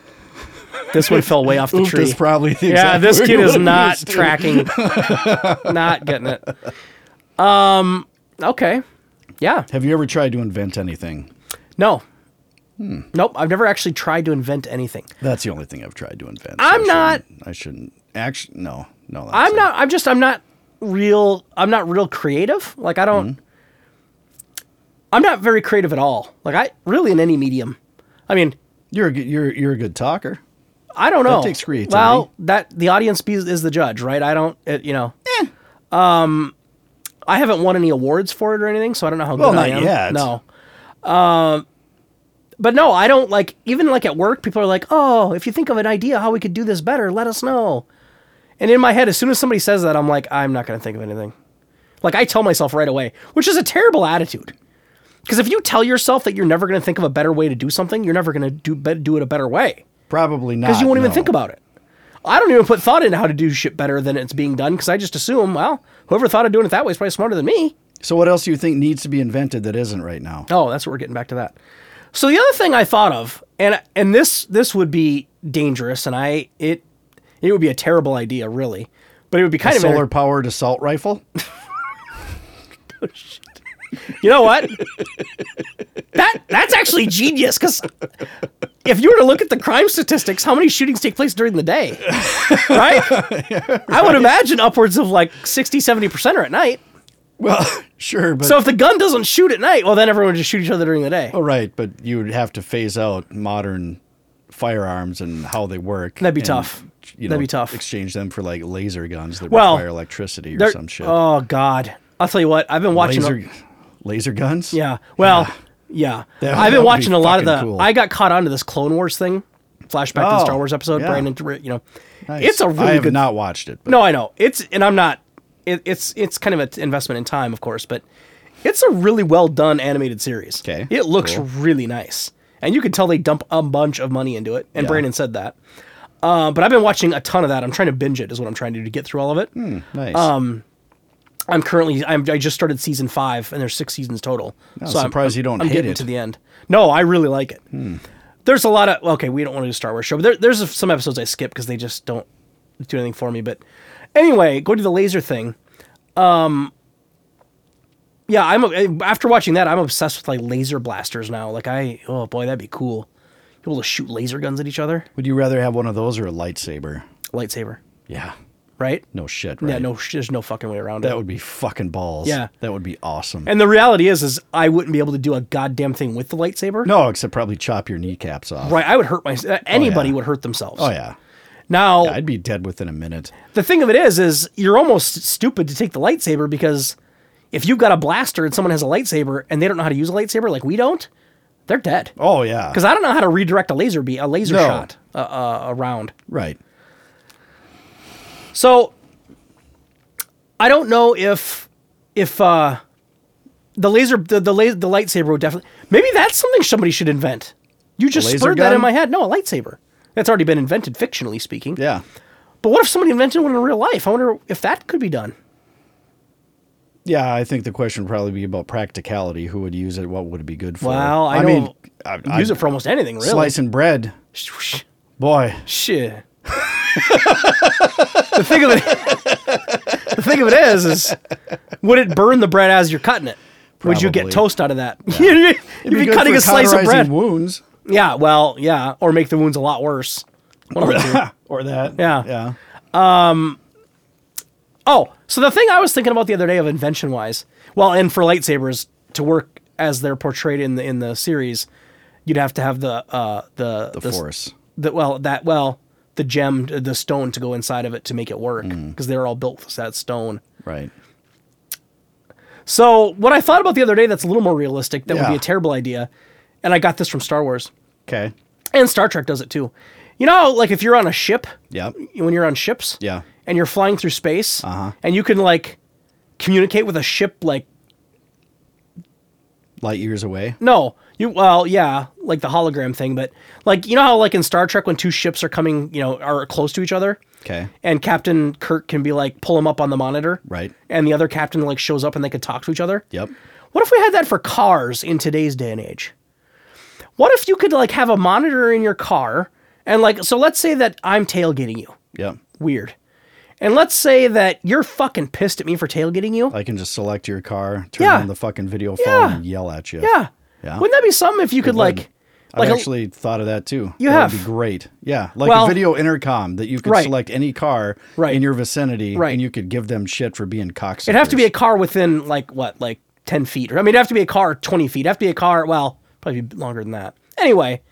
S3: this one fell way off the
S1: Oof,
S3: tree."
S1: that's probably the
S3: yeah,
S1: exact
S3: this
S1: word
S3: kid
S1: you
S3: is
S1: would've
S3: not
S1: used.
S3: tracking, not getting it. Um, okay, yeah,
S1: Have you ever tried to invent anything?
S3: no,
S1: Hmm.
S3: nope. I've never actually tried to invent anything.
S1: That's the only thing I've tried to invent.
S3: I'm
S1: I
S3: not-
S1: shouldn't- I shouldn't. Actually, no, no. that's
S3: I'm
S1: it.
S3: not. I'm just. I'm not real. I'm not real creative. Like I don't.
S1: Mm-hmm.
S3: I'm not very creative at all. Like I really in any medium. I mean,
S1: You're a good, you're you're a good talker.
S3: I don't know.
S1: takes creativity.
S3: Well, that the audience be, is the judge, right? I don't. It, you know.
S1: Eh,
S3: Um, I haven't won any awards for it or anything, so I don't know how
S1: Well,
S3: good I
S1: not
S3: am.
S1: yet.
S3: No. Um, but no, I don't like. Even like at work, people are like, "Oh, if you think of an idea how we could do this better, let us know." And in my head, as soon as somebody says that, I'm like, I'm not going to think of anything. Like I tell myself right away, which is a terrible attitude. Because if you tell yourself that you're never going to think of a better way to do something, you're never going to do be- do it a better way
S1: Probably not.
S3: because you won't even
S1: no.
S3: think about it. I don't even put thought into how to do shit better than it's being done because I just assume, well, whoever thought of doing it that way is probably smarter than me.
S1: So, what else do you think needs to be invented that isn't right now?
S3: Oh, that's what we're getting back to that. So the other thing I thought of, and and this this would be dangerous, and I it it would be a terrible idea, really, but it would be kind of
S1: Solar powered assault rifle.
S3: You know what? that that's actually genius because if you were to look at the crime statistics, how many shootings take place during the day? Right? I would imagine upwards of like 60, 70% are at night.
S1: Well, sure, but
S3: So if the gun doesn't shoot at night, well, then everyone would just shoot each other during the day.
S1: oh, right, but you would have to phase out modern firearms and how they work.
S3: That'd be
S1: and,
S3: tough.
S1: You know,
S3: That'd be tough.
S1: Exchange them for like laser guns that
S3: Well,
S1: require electricity or
S3: They're-
S1: some shit.
S3: Oh, God. I'll tell you what, I've been watching.
S1: laser, laser guns.
S3: Yeah. Well, yeah.
S1: That- that
S3: I've
S1: would
S3: been
S1: be
S3: watching a lot of the.
S1: fucking cool.
S3: I got caught onto this Clone Wars thing, flashback to the
S1: Oh,
S3: Star Wars episode.
S1: yeah.
S3: Brandon, Tur- you know,
S1: Nice.
S3: it's a
S1: I
S3: really
S1: have
S3: good.
S1: not watched it. But
S3: no, I know it's, and I'm not. It, it's it's kind of an investment in time, of course, but it's a really well done animated series.
S1: 'Kay,
S3: It looks
S1: cool.
S3: really nice, and you can tell they dump a bunch of money into it. And
S1: Yeah.
S3: Brandon said that. Uh, but I've been watching a ton of that. I'm trying to binge it, is what I'm trying to do to get through all of it.
S1: nice.
S3: um, I'm currently I'm, I just started season five, and there's six seasons total.
S1: I'm surprised you don't
S3: I'm
S1: hate
S3: getting
S1: it. Hmm.
S3: to the end. No, I really like it. There's a lot of okay. We don't want to do Star Wars show, but there, there's some episodes I skip because they just don't do anything for me. But anyway, go to the laser thing. Um, yeah, I'm after watching that, I'm obsessed with like laser blasters now. Like I, oh boy, that'd be cool. People to shoot laser guns at each other,
S1: Would you rather have one of those or a lightsaber?
S3: lightsaber,
S1: Yeah.
S3: right?
S1: No shit. Right?
S3: Yeah, no, sh- there's no fucking way around it.
S1: That would be fucking balls.
S3: Yeah.
S1: That would be awesome.
S3: And the reality is, is I wouldn't be able to do a goddamn thing with the lightsaber.
S1: no, except probably chop your kneecaps off.
S3: Right, I would hurt myself. Anybody
S1: yeah.
S3: would hurt themselves.
S1: Oh yeah.
S3: Now,
S1: I'd be dead within a minute.
S3: the thing of it is, is you're almost stupid to take the lightsaber because if you've got a blaster and someone has a lightsaber and they don't know how to use a lightsaber like we don't, they're dead.
S1: Oh yeah.
S3: Because I don't know how to redirect a laser be a laser
S1: No.
S3: shot uh, uh, around.
S1: Right.
S3: So I don't know if if uh, the laser the the, la- the lightsaber would definitely maybe that's something somebody should invent. You just
S1: laser
S3: spurred that in
S1: gun?
S3: my head. No, a lightsaber. That's already been invented fictionally speaking.
S1: Yeah.
S3: But what if somebody invented one in real life? I wonder if that could be done.
S1: Yeah, I think the question would probably be about practicality. Who would use it? What would it be good for?
S3: Well, I, don't
S1: mean, I, I,
S3: use it for almost anything, really.
S1: slicing bread. Boy,
S3: Shit. the thing of it, the thing of it is, is would it burn the bread as you're cutting it? Would you get
S1: Probably.
S3: toast out of that? You'd be,
S1: It'd good
S3: cutting
S1: for
S3: a slice of
S1: cauterizing
S3: bread.
S1: Wounds.
S3: yeah, well, yeah, or make the wounds a lot worse. One of the two.
S1: or that. Yeah.
S3: Yeah. Oh, so the thing I was thinking about the other day of invention wise, well, and for lightsabers to work as they're portrayed in the in the series, you'd have to have the uh the
S1: The
S3: s-
S1: force.
S3: the well that well the gem the stone to go inside of it to make it work
S1: Hmm.
S3: because they're all built with that stone.
S1: Right.
S3: So what I thought about the other day that's a little more realistic that would be
S1: Yeah.
S3: a terrible idea, and I got this from Star Wars
S1: Okay.
S3: and Star Trek does it too. You know, like if you're on a ship,
S1: Yep.
S3: when you're on ships,
S1: Yeah.
S3: and you're flying through space, uh-huh. and you can like communicate with a ship like
S1: Light years away.
S3: No, you well, yeah, like the hologram thing, but like you know how like in Star Trek when two ships are coming, you know, are close to each other,
S1: Okay.
S3: and Captain Kirk can be like pull him up on the monitor,
S1: Right.
S3: And the other captain like shows up and they can talk to each other.
S1: Yep.
S3: What if we had that for cars in today's day and age? What if you could like have a monitor in your car and like so let's say that I'm tailgating you.
S1: Yep.
S3: Weird. And let's say that you're fucking pissed at me for tailgating you.
S1: I can just select your car, turn
S3: Yeah.
S1: on the fucking video phone,
S3: Yeah.
S1: and yell at you.
S3: yeah.
S1: Yeah.
S3: Wouldn't that be something if you could like
S1: I've
S3: like a-
S1: actually thought of that too.
S3: You
S1: that
S3: have.
S1: would be great. Yeah, like
S3: Well-
S1: a video intercom that you could
S3: Right.
S1: select any car
S3: Right.
S1: in your vicinity,
S3: Right.
S1: and you could give them shit for being cocksuckers.
S3: It'd have to be a car within like what, like ten feet, or I mean, it'd have to be a car twenty feet. It'd have to be a car. Well, probably be longer than that. Anyway,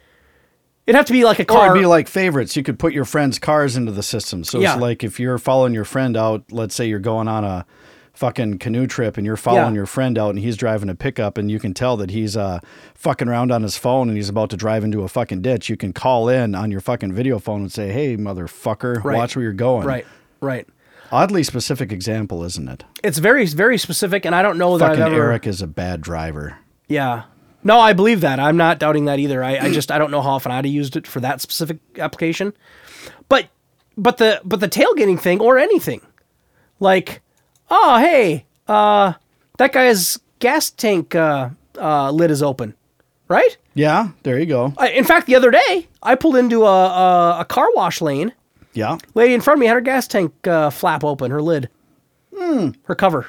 S3: it'd have to be like a
S1: Or
S3: car.
S1: it'd be like favorites. You could put your friends' cars into the system. So
S3: Yeah.
S1: it's like if you're following your friend out, let's say you're going on a fucking canoe trip and you're following
S3: Yeah.
S1: your friend out and he's driving a pickup and you can tell that he's uh fucking around on his phone and he's about to drive into a fucking ditch, you can call in on your fucking video phone and say, Hey motherfucker,
S3: Right.
S1: watch where you're going.
S3: right, right.
S1: Oddly specific example, isn't it?
S3: It's very, very specific, and I don't know that
S1: fucking
S3: I've ever.
S1: Eric is a bad driver.
S3: Yeah. No, I believe that. I'm not doubting that either. I, I just I don't know how often I'd have used it for that specific application. But but the but the tailgating thing or anything. Like, oh hey, uh that guy's gas tank uh uh lid is open. Right?
S1: Yeah, there you go.
S3: I, in fact, the other day, I pulled into a, a, a car wash lane.
S1: Yeah.
S3: Lady in front of me had her gas tank uh, flap open, her lid, her cover.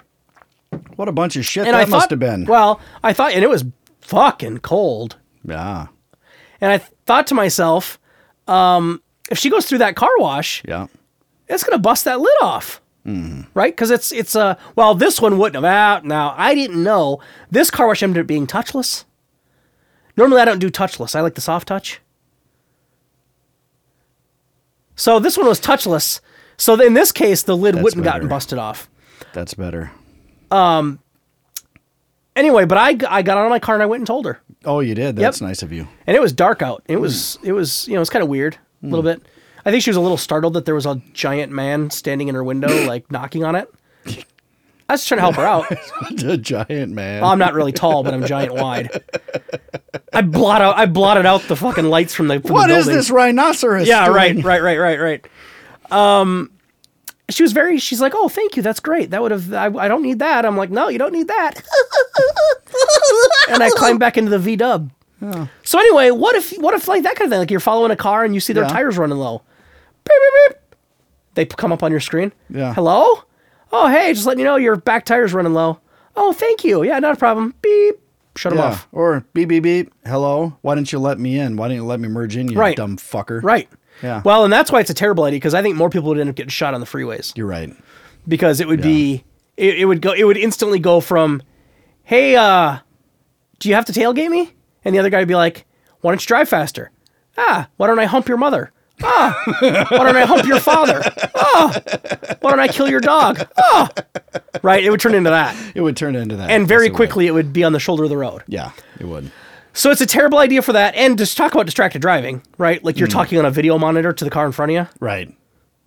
S1: What a bunch of shit
S3: And
S1: Hmm. that
S3: I thought,
S1: must have been.
S3: Well, I thought, and it was fucking cold.
S1: yeah.
S3: And I th- thought to myself, um, if she goes through that car wash,
S1: Yeah.
S3: it's gonna bust that lid off, right? Because it's it's a well, this one wouldn't have out. Now I didn't know this car wash ended up being touchless. Normally I don't do touchless. I like the soft touch. So this one was touchless. So in this case, the lid wouldn't have gotten
S1: better.
S3: busted off.
S1: That's better.
S3: Anyway, but I, g- I got out of my car and I went and told her.
S1: Oh, you did. That's nice of you.
S3: and it was dark out. It was it was you know it's kind of weird a little bit. I think she was a little startled that there was a giant man standing in her window like knocking on it. I was just trying to help her out.
S1: the giant man.
S3: Well, I'm not really tall, but I'm giant wide. I blot out I blotted out the fucking lights from the from
S1: what
S3: the
S1: is
S3: building.
S1: this rhinoceros?
S3: Yeah, right,
S1: doing?
S3: right, right, right, right. Um, she was very. She's like, "Oh, thank you. That's great. That would have. I, I don't need that." I'm like, "No, you don't need that." and I climbed back into the V Dub.
S1: Oh.
S3: So anyway, what if what if like that kind of thing? Like you're following a car and you see their
S1: Yeah.
S3: tires running low. Beep, beep, beep. They p- come up on your screen.
S1: Yeah.
S3: Hello. Oh hey, just letting you know your back tire's running low. Oh thank you. Yeah, not a problem. Beep. Shut them
S1: Yeah.
S3: off.
S1: Or beep beep beep. Hello. Why didn't you let me in? Why didn't you let me merge in? You
S3: Right.
S1: dumb fucker.
S3: Right.
S1: Yeah.
S3: Well, and that's why it's a terrible idea because I think more people would end up getting shot on the freeways.
S1: You're right.
S3: because it would be it, it would go it would instantly go from hey uh do you have to tailgate me and the other guy would be like why don't you drive faster ah why don't i hump your mother ah why don't i hump your father ah why don't i kill your dog ah right it would turn into that
S1: It would turn into that.
S3: and
S1: Yes,
S3: very
S1: it would.
S3: quickly it would be on the shoulder of the road
S1: Yeah, it would.
S3: so it's a terrible idea for that and just talk about distracted driving right like you're talking on a video monitor to the car in front of you
S1: Right.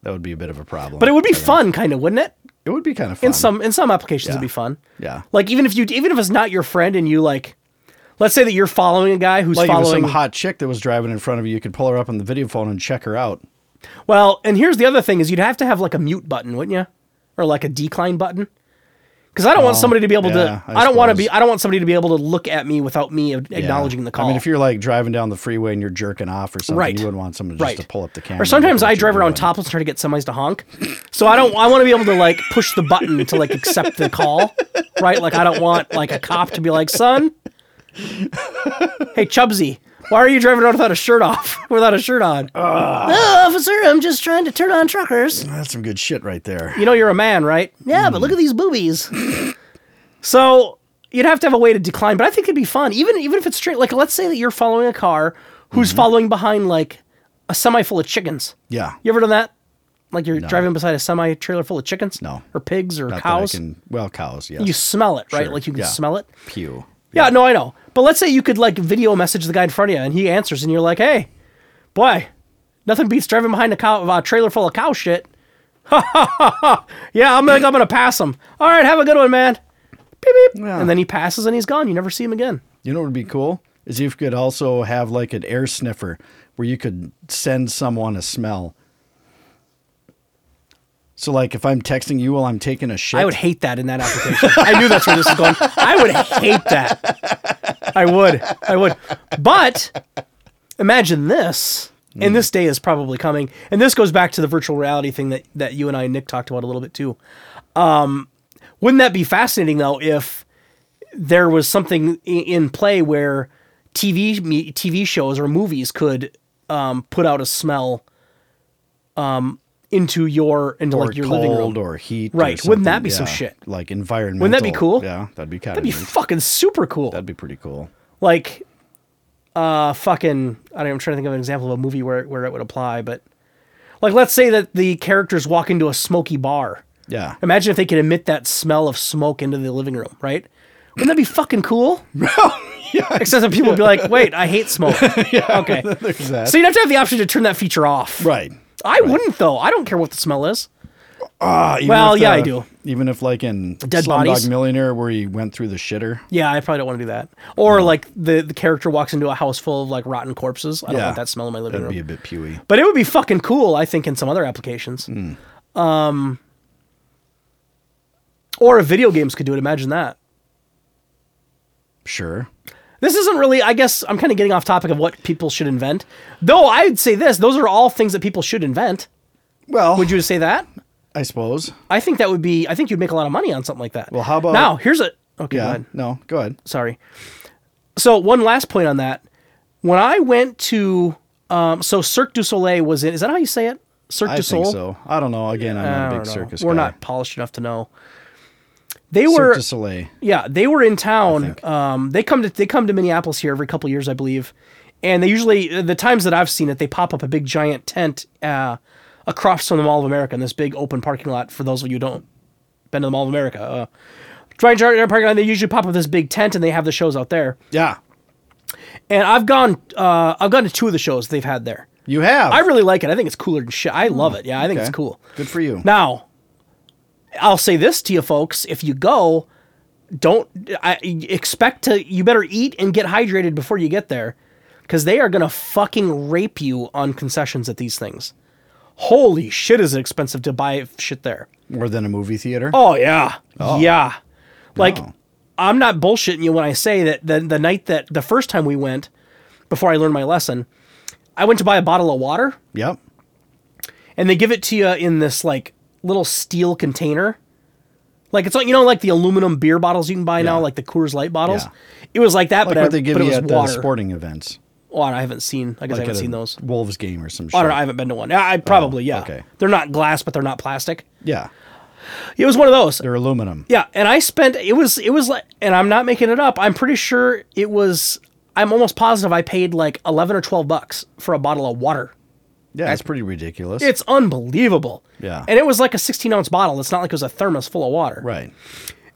S1: That would be a bit of a problem.
S3: but it would be fun kind of wouldn't it
S1: It would be kind of fun.
S3: in some in some applications it'd be fun
S1: Um, Yeah.
S3: Like even if you even if it's not your friend and you like let's say that you're following a guy who's
S1: Like if it was
S3: following
S1: some hot chick that was driving in front of you, you could pull her up on the video phone and check her out.
S3: Well, and here's the other thing is you'd have to have like a mute button, wouldn't you? Or like a decline button. Cuz I don't want somebody to be able
S1: Oh, yeah,
S3: to
S1: I
S3: I, don't want to be
S1: suppose.
S3: I don't want somebody to be able to look at me without me a-
S1: Yeah.
S3: acknowledging the call.
S1: I mean, if you're like driving down the freeway and you're jerking off or something,
S3: Right.
S1: you wouldn't want someone just
S3: Right.
S1: to pull up the camera.
S3: or
S1: and
S3: sometimes
S1: look
S3: I
S1: what
S3: drive
S1: you're
S3: around
S1: doing.
S3: topless trying to get semis to honk. So I don't I want to be able to like push the button to like accept the call, right? Like I don't want like a cop to be like, "Son, hey Chubsy, why are you driving around without a shirt off? Without a shirt on?" "No, officer, I'm just trying to turn on truckers.
S1: That's some good shit right there.
S3: You know you're a man, right? Yeah, but look at these boobies. so you'd have to have a way to decline, but I think it'd be fun. Even even if it's straight like let's say that you're following a car who's following behind like a semi full of chickens.
S1: Yeah.
S3: You ever done that? Like you're driving beside a semi trailer full of chickens?
S1: No.
S3: Or pigs or
S1: Not that I
S3: cows?
S1: can- well, cows, yes.
S3: You smell it, right?
S1: Sure,
S3: Like you can
S1: yeah.
S3: smell it.
S1: Pew.
S3: Yeah. no, I know. But let's say you could like video message the guy in front of you and he answers and you're like, hey, boy, nothing beats driving behind a cow a trailer full of cow shit. yeah, I'm gonna I'm gonna pass him. All right, have a good one, man. Beep beep.
S1: Yeah.
S3: And then he passes and he's gone. You never see him again.
S1: You know what would be cool? Is if you could also have like an air sniffer where you could send someone a smell. So like if I'm texting you while I'm taking a shit,
S3: I would hate that in that application. I knew that's where this was going. I would hate that. I would. I would. But imagine this.
S1: Hmm.
S3: And this day is probably coming. And this goes back to the virtual reality thing that, that you and I and Nick talked about a little bit too. Um, wouldn't that be fascinating though if there was something i- in play where TV me- TV shows or movies could um, put out a smell um, into your into
S1: or
S3: like your
S1: cold
S3: living room.
S1: or heat. or
S3: Right, wouldn't that
S1: something,
S3: be some shit?
S1: Like environmental.
S3: be cool?
S1: Yeah, that'd be kind
S3: That'd be
S1: of neat.
S3: fucking super cool.
S1: that'd be pretty cool.
S3: like uh fucking I don't know, I'm trying to think of an example of a movie where where it would apply, but like let's say that the characters walk into a smoky bar.
S1: Yeah.
S3: Imagine if they could emit that smell of smoke into the living room, right? Wouldn't that be fucking cool?
S1: yeah.
S3: Except that people would be like, "Wait, I hate smoke." Okay.
S1: There's that.
S3: So you'd have to have the option to turn that feature off.
S1: right.
S3: I wouldn't though. I don't care what the smell is.
S1: Uh, even
S3: Well,
S1: if,
S3: yeah, I
S1: uh,
S3: do.
S1: Even if like in
S3: Dead
S1: Slumdog
S3: bodies?
S1: Millionaire where he went through the shitter.
S3: Yeah, I probably don't want to do that. Or like the the character walks into a house full of like rotten corpses. I don't
S1: Yeah.
S3: want that smell in my living
S1: That'd
S3: room.
S1: be a bit pewy.
S3: But it would be fucking cool, I think, in some other applications.
S1: Hmm.
S3: Um, or if video games could do it, imagine that.
S1: Sure.
S3: This isn't really, I guess, I'm kind of getting off topic of what people should invent. Though I'd say this, those are all things that people should invent.
S1: Well,
S3: Would you say that?
S1: I suppose.
S3: I think that would be. I think you'd make a lot of money on something like that.
S1: Well, how about-
S3: now? Here's a okay. go
S1: Yeah.
S3: ahead.
S1: No, go ahead.
S3: Sorry. So one last point on that. When I went to, um, so Cirque du Soleil was in. Is that how you say it? Cirque
S1: I
S3: du
S1: think
S3: Soleil.
S1: so. I don't know. Again, I'm
S3: I
S1: not a
S3: don't
S1: big
S3: know.
S1: circus
S3: We're
S1: guy.
S3: not polished enough to know. They
S1: Cirque
S3: were
S1: du Soleil.
S3: yeah, they were in town. Um, they come to they come to Minneapolis here every couple years, I believe, and they usually the times that I've seen it, they pop up a big giant tent uh, across from the Mall of America in this big open parking lot. For those of you who don't been to the Mall of America, uh, giant giant parking lot, they usually pop up this big tent and they have the shows out there.
S1: Yeah.
S3: And I've gone uh, I've gone to two of the shows they've had there.
S1: You have.
S3: I really like it. I think it's cooler than shit. I love it. Yeah, I think it's
S1: Hmm. Okay.
S3: cool.
S1: Good for you.
S3: Now, I'll say this to you folks: if you go, don't I, expect to. You better eat and get hydrated before you get there, because they are gonna fucking rape you on concessions at these things. Holy shit! Is it expensive to buy shit there?
S1: More than a movie theater.
S3: Oh yeah, yeah. Like
S1: No.
S3: I'm not bullshitting you when I say that the the night that the first time we went, before I learned my lesson, I went to buy a bottle of water
S1: Yep.
S3: and they give it to you in this like little steel container. Like it's like you know like the aluminum beer bottles you can buy now,
S1: Yeah.
S3: like the Coors Light bottles.
S1: Yeah.
S3: It was like that,
S1: Like
S3: but, I,
S1: what they give
S3: but
S1: you
S3: it
S1: at
S3: was
S1: the
S3: water.
S1: sporting events.
S3: Oh, I haven't seen. I guess
S1: Like
S3: I haven't
S1: at a
S3: seen those.
S1: Wolves game or some shit.
S3: I don't know. I haven't been to one. I, I probably yeah.
S1: okay.
S3: They're not glass, but they're not plastic.
S1: Yeah.
S3: It was one of those.
S1: They're aluminum.
S3: Yeah, and I spent it was it was like and I'm not making it up. I'm pretty sure it was I'm almost positive I paid like 11 or 12 bucks for a bottle of water.
S1: Yeah, that's pretty ridiculous.
S3: It's unbelievable.
S1: Yeah.
S3: And it was like a 16 ounce bottle. It's not like it was a thermos full of water.
S1: right.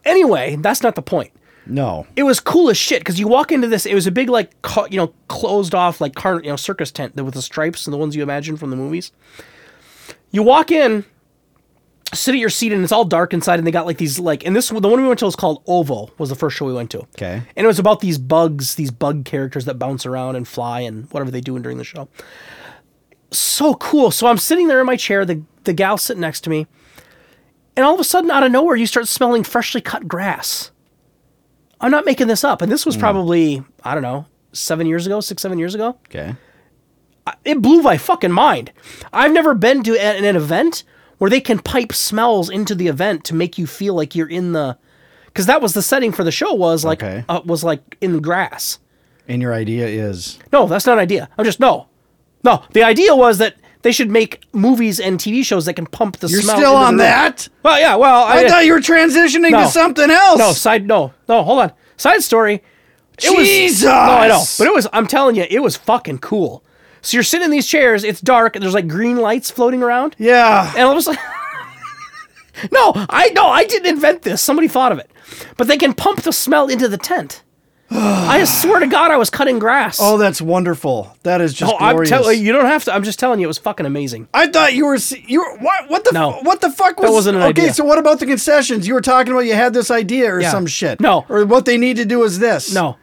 S3: Anyway, that's not the point.
S1: No.
S3: It was cool as shit because you walk into this. It was a big like ca- you know closed off like car you know circus tent with the stripes and the ones you imagine from the movies. You walk in, sit at your seat, and it's all dark inside. And they got like these like and this the one we went to was called Ovo was the first show we went to.
S1: Okay.
S3: And it was about these bugs, these bug characters that bounce around and fly and whatever they do during the show. So cool. So I'm sitting there in my chair, the, the gal sitting next to me, and all of a sudden, out of nowhere, you start smelling freshly cut grass. I'm not making this up. And this was probably, I don't know, seven years ago, six, seven years ago
S1: Okay.
S3: it blew my fucking mind. I've never been to an, an event where they can pipe smells into the event to make you feel like you're in the because that was the setting for the show was like
S1: Okay.
S3: uh, was like in the grass.
S1: And your idea is
S3: No, that's not an idea. I'm just no, no. The idea was that they should make movies and TV shows that can pump the
S1: You're
S3: smell.
S1: still
S3: into the
S1: on
S3: room.
S1: that?
S3: Well, yeah. Well,
S1: I
S3: I,
S1: thought you were transitioning
S3: No.
S1: to something else.
S3: no side no no. Hold on. Side story. It was-
S1: Jesus.
S3: No, I know. But it was, I'm telling you, it was fucking cool. So you're sitting in these chairs, it's dark, and there's like green lights floating around.
S1: yeah.
S3: And I was like, no, I no, I didn't invent this. Somebody thought of it. But they can pump the smell into the tent. I swear to God, I was cutting grass.
S1: Oh, that's wonderful. That is just
S3: No, I'm
S1: glorious.
S3: telling you, don't have to. I'm just telling you, it was fucking amazing.
S1: I thought you were se- you were, what what the
S3: No.
S1: f- what the fuck was
S3: wasn't an
S1: okay.
S3: idea.
S1: So what about the concessions? You were talking about you had this idea or
S3: Yeah.
S1: some shit.
S3: No.
S1: or what they need to do is this.
S3: No,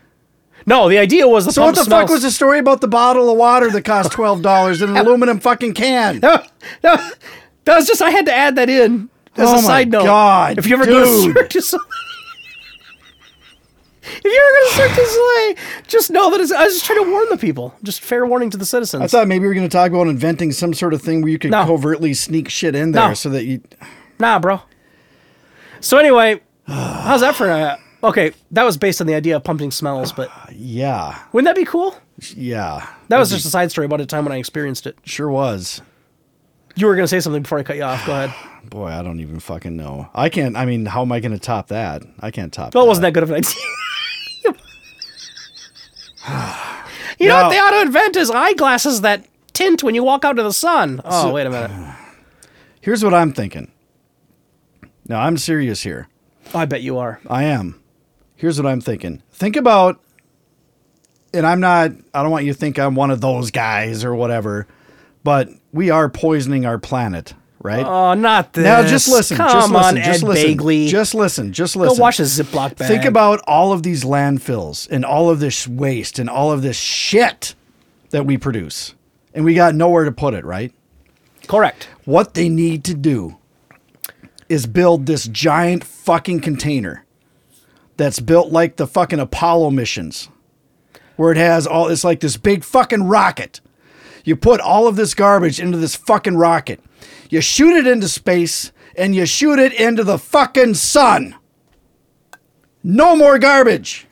S3: no, the idea was the
S1: So what the fuck was the story about the bottle of water that cost twelve dollars in an aluminum fucking can?
S3: No, no, that was just I had to add that in as
S1: Oh my
S3: a side note.
S1: God,
S3: if you ever go to
S1: dude.
S3: Cirque du Soleil, if you ever go to Cirque du Soleil, just know that it's, I was just trying to warn the people. Just fair warning to the citizens.
S1: I thought maybe we were going to talk about inventing some sort of thing where you could
S3: No.
S1: covertly sneak shit in there
S3: No.
S1: so that you.
S3: Nah, bro. So anyway, how's that for a okay? That was based on the idea of pumping smells, but
S1: Yeah,
S3: wouldn't that be cool?
S1: yeah,
S3: That was just a side story about a time when I experienced it.
S1: sure was.
S3: You were gonna say something before I cut you off. Go ahead.
S1: Boy, I don't even fucking know. I can't. I mean, how am I going to top that? I can't top.
S3: Well, it wasn't that good of an idea. you know
S1: No.
S3: what they ought to invent is eyeglasses that tint when you walk out to the sun. Oh, wait a minute.
S1: Here's what I'm thinking. Now I'm serious here.
S3: I bet you are.
S1: I am. Here's what I'm thinking. Think about, and I'm not, I don't want you to think I'm one of those guys or whatever, but we are poisoning our planet, right?
S3: Oh, not this.
S1: now just listen,
S3: Come
S1: just listen,
S3: on,
S1: just
S3: Ed
S1: listen,
S3: Bagley.
S1: just listen, just
S3: Go
S1: listen.
S3: wash a Ziploc bag.
S1: Think about all of these landfills and all of this waste and all of this shit that we produce, and we got nowhere to put it, right?
S3: correct.
S1: What they need to do is build this giant fucking container that's built like the fucking Apollo missions, where it has all, it's like this big fucking rocket. You put all of this garbage into this fucking rocket, you shoot it into space, and you shoot it into the fucking sun. No more garbage.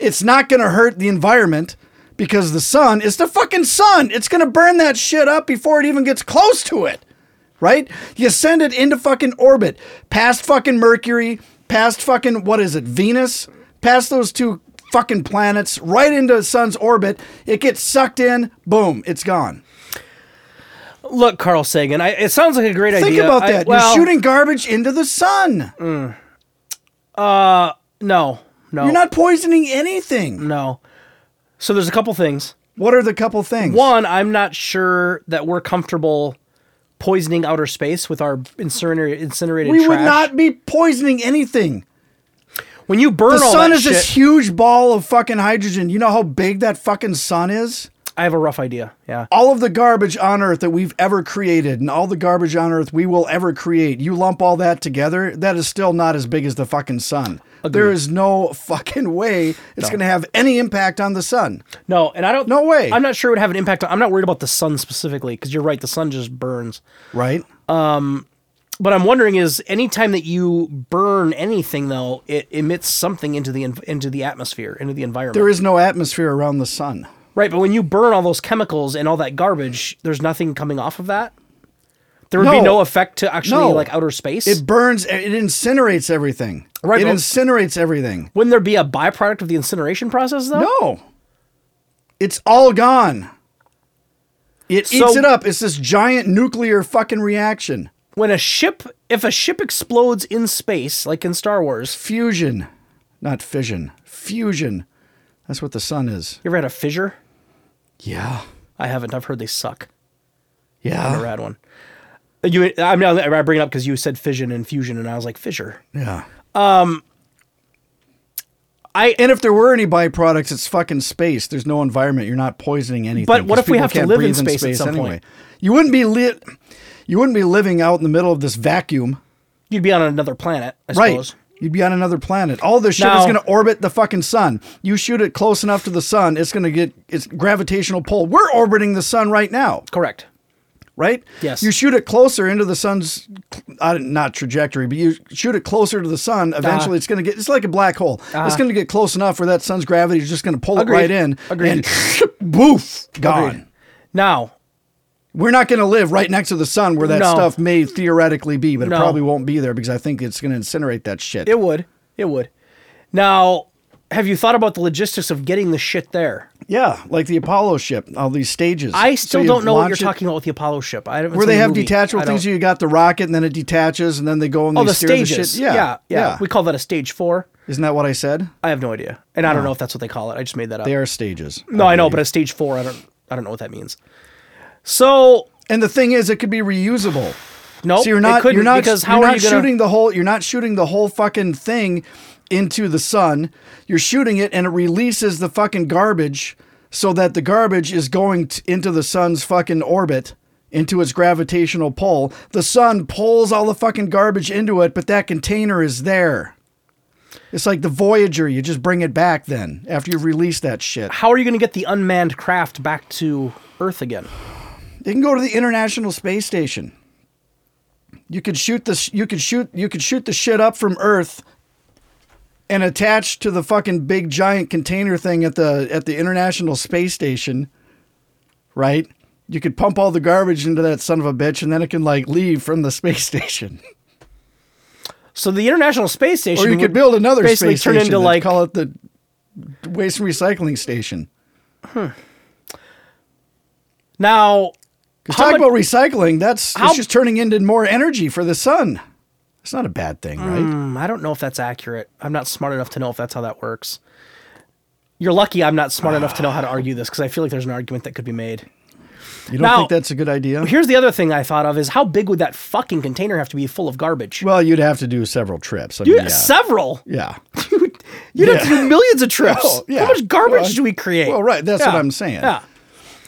S1: It's not going to hurt the environment because the sun is the fucking sun. It's going to burn that shit up before it even gets close to it. Right? You send it into fucking orbit, past fucking Mercury, past fucking, what is it, Venus, past those two fucking planets, right into the sun's orbit. It gets sucked in, boom, it's gone.
S3: Look, Carl Sagan, I, it sounds like a great
S1: Think
S3: idea.
S1: about
S3: I-
S1: that. You're
S3: well,
S1: shooting garbage into the sun.
S3: No, no,
S1: You're not poisoning anything.
S3: no. So there's a couple things.
S1: What are the couple things?
S3: One, I'm not sure that we're comfortable poisoning outer space with our incinerator, incinerated
S1: we
S3: trash.
S1: would not be poisoning anything.
S3: When you burn
S1: The
S3: all
S1: sun
S3: that
S1: is this
S3: shit-
S1: huge ball of fucking hydrogen. You know how big that fucking sun is?
S3: I have a rough idea. Yeah.
S1: All of the garbage on Earth that we've ever created and all the garbage on Earth we will ever create, you lump all that together, that is still not as big as the fucking sun. There is no fucking way it's going to have any impact on the sun.
S3: No, and I don't.
S1: No way.
S3: I'm not sure it would have an impact. on I'm not worried about the sun specifically because you're right. The sun just burns.
S1: Right?
S3: Uh, But I'm wondering is anytime that you burn anything though, it emits something into the env- into the atmosphere, into the environment.
S1: There is no atmosphere around the sun.
S3: right, but when you burn all those chemicals and all that garbage, there's nothing coming off of that. There would be
S1: No.
S3: no effect to actually
S1: No.
S3: like outer space.
S1: It burns, it incinerates everything.
S3: Right,
S1: It
S3: but-
S1: incinerates everything.
S3: Wouldn't there be a byproduct of the incineration process though?
S1: No. It's all gone. It eats
S3: So-
S1: it up. It's this giant nuclear fucking reaction.
S3: When a ship, if a ship explodes in space, like in Star Wars,
S1: Fusion. Not fission. Fusion. That's what the sun is.
S3: you ever had a fissure?
S1: Yeah.
S3: I haven't. I've heard they suck. a
S1: Yeah.
S3: rad one. Uh, You, I'm now I bring it up because you said fission and fusion, and I was like fissure.
S1: Yeah.
S3: Um, I
S1: And if there were any byproducts, it's fucking space. There's no environment. You're not poisoning anything.
S3: But what
S1: 'cause
S3: if we
S1: people
S3: have to
S1: can't
S3: live in
S1: breathe
S3: space at some point?
S1: You wouldn't be li- you wouldn't be living out in the middle of this vacuum.
S3: you'd be on another planet, I
S1: Right.
S3: suppose.
S1: You'd be on another planet. All this shit
S3: Now-
S1: is going to orbit the fucking sun. You shoot it close enough to the sun, it's going to get its gravitational pull. We're orbiting the sun right now,
S3: Correct.
S1: right?
S3: Yes.
S1: You shoot it closer into the sun's uh, not trajectory, but you shoot it closer to the sun. Eventually, it's going to get. It's like a black hole. It's going to get close enough where that sun's gravity is just going to pull
S3: Uh-huh. Agreed.
S1: it right in.
S3: Agreed.
S1: And boof, gone.
S3: Agreed. Now,
S1: We're not going to live right next to the sun where that
S3: No.
S1: stuff may theoretically be, but
S3: No.
S1: it probably won't be there because I think it's going to incinerate that shit.
S3: it would. It would. Now, have you thought about the logistics of getting the shit there?
S1: Yeah, like the Apollo ship, all these stages.
S3: I
S1: So
S3: still
S1: you
S3: don't know what you're
S1: launch it-
S3: talking about with the Apollo ship. I haven't
S1: Where
S3: seen
S1: they
S3: the
S1: have
S3: movie. I
S1: detachable things,
S3: don't-
S1: you got the rocket, and then it detaches, and then they go and
S3: Oh,
S1: they
S3: the
S1: steer
S3: stages.
S1: the shit.
S3: yeah, yeah, We call that a stage four.
S1: Isn't that what I said?
S3: I have no idea, and I don't know if that's what they call it. I just made that up.
S1: They are stages.
S3: no, I know, but a stage four. I don't. I don't know what that means. So
S1: And the thing is, it could be reusable.
S3: no,
S1: So you're not
S3: it couldn't
S1: you're not
S3: because how
S1: you're
S3: are
S1: not
S3: you gonna,
S1: shooting the whole you're not shooting the whole fucking thing into the sun. You're shooting it and it releases the fucking garbage so that the garbage is going t- into the sun's fucking orbit into its gravitational pull. The sun pulls all the fucking garbage into it, but that container is there. It's like the Voyager, you just bring it back then after you've released that shit.
S3: how are you going to get the unmanned craft back to Earth again?
S1: They can go to the International Space Station. You could shoot this. You could shoot. You could shoot the shit up from Earth, and attach to the fucking big giant container thing at the at the International Space Station. Right. You could pump all the garbage into that son of a bitch, and then it can like leave from the space station.
S3: So the International Space Station.
S1: Or you could
S3: would
S1: build another
S3: basically
S1: space
S3: turn
S1: station.
S3: into
S1: and
S3: like
S1: call it the waste and recycling station.
S3: now.
S1: 'Cause
S3: How
S1: talk
S3: much-
S1: about recycling. That's
S3: How-
S1: it's just turning into more energy for the sun. It's not a bad thing, right?
S3: Hmm, I don't know if that's accurate. I'm not smart enough to know if that's how that works. You're lucky I'm not smart enough to know how to argue this because I feel like there's an argument that could be made.
S1: You don't
S3: Now-
S1: think that's a good idea?
S3: Here's the other thing I thought of is how big would that fucking container have to be full of garbage?
S1: Well, you'd have to do several trips. I
S3: You-
S1: mean, yeah.
S3: Several.
S1: yeah.
S3: You'd, you'd have to do millions of trips.
S1: Oh, yeah.
S3: How much garbage
S1: Well,
S3: do we create?
S1: Well, right. That's
S3: Yeah.
S1: what I'm saying.
S3: Yeah.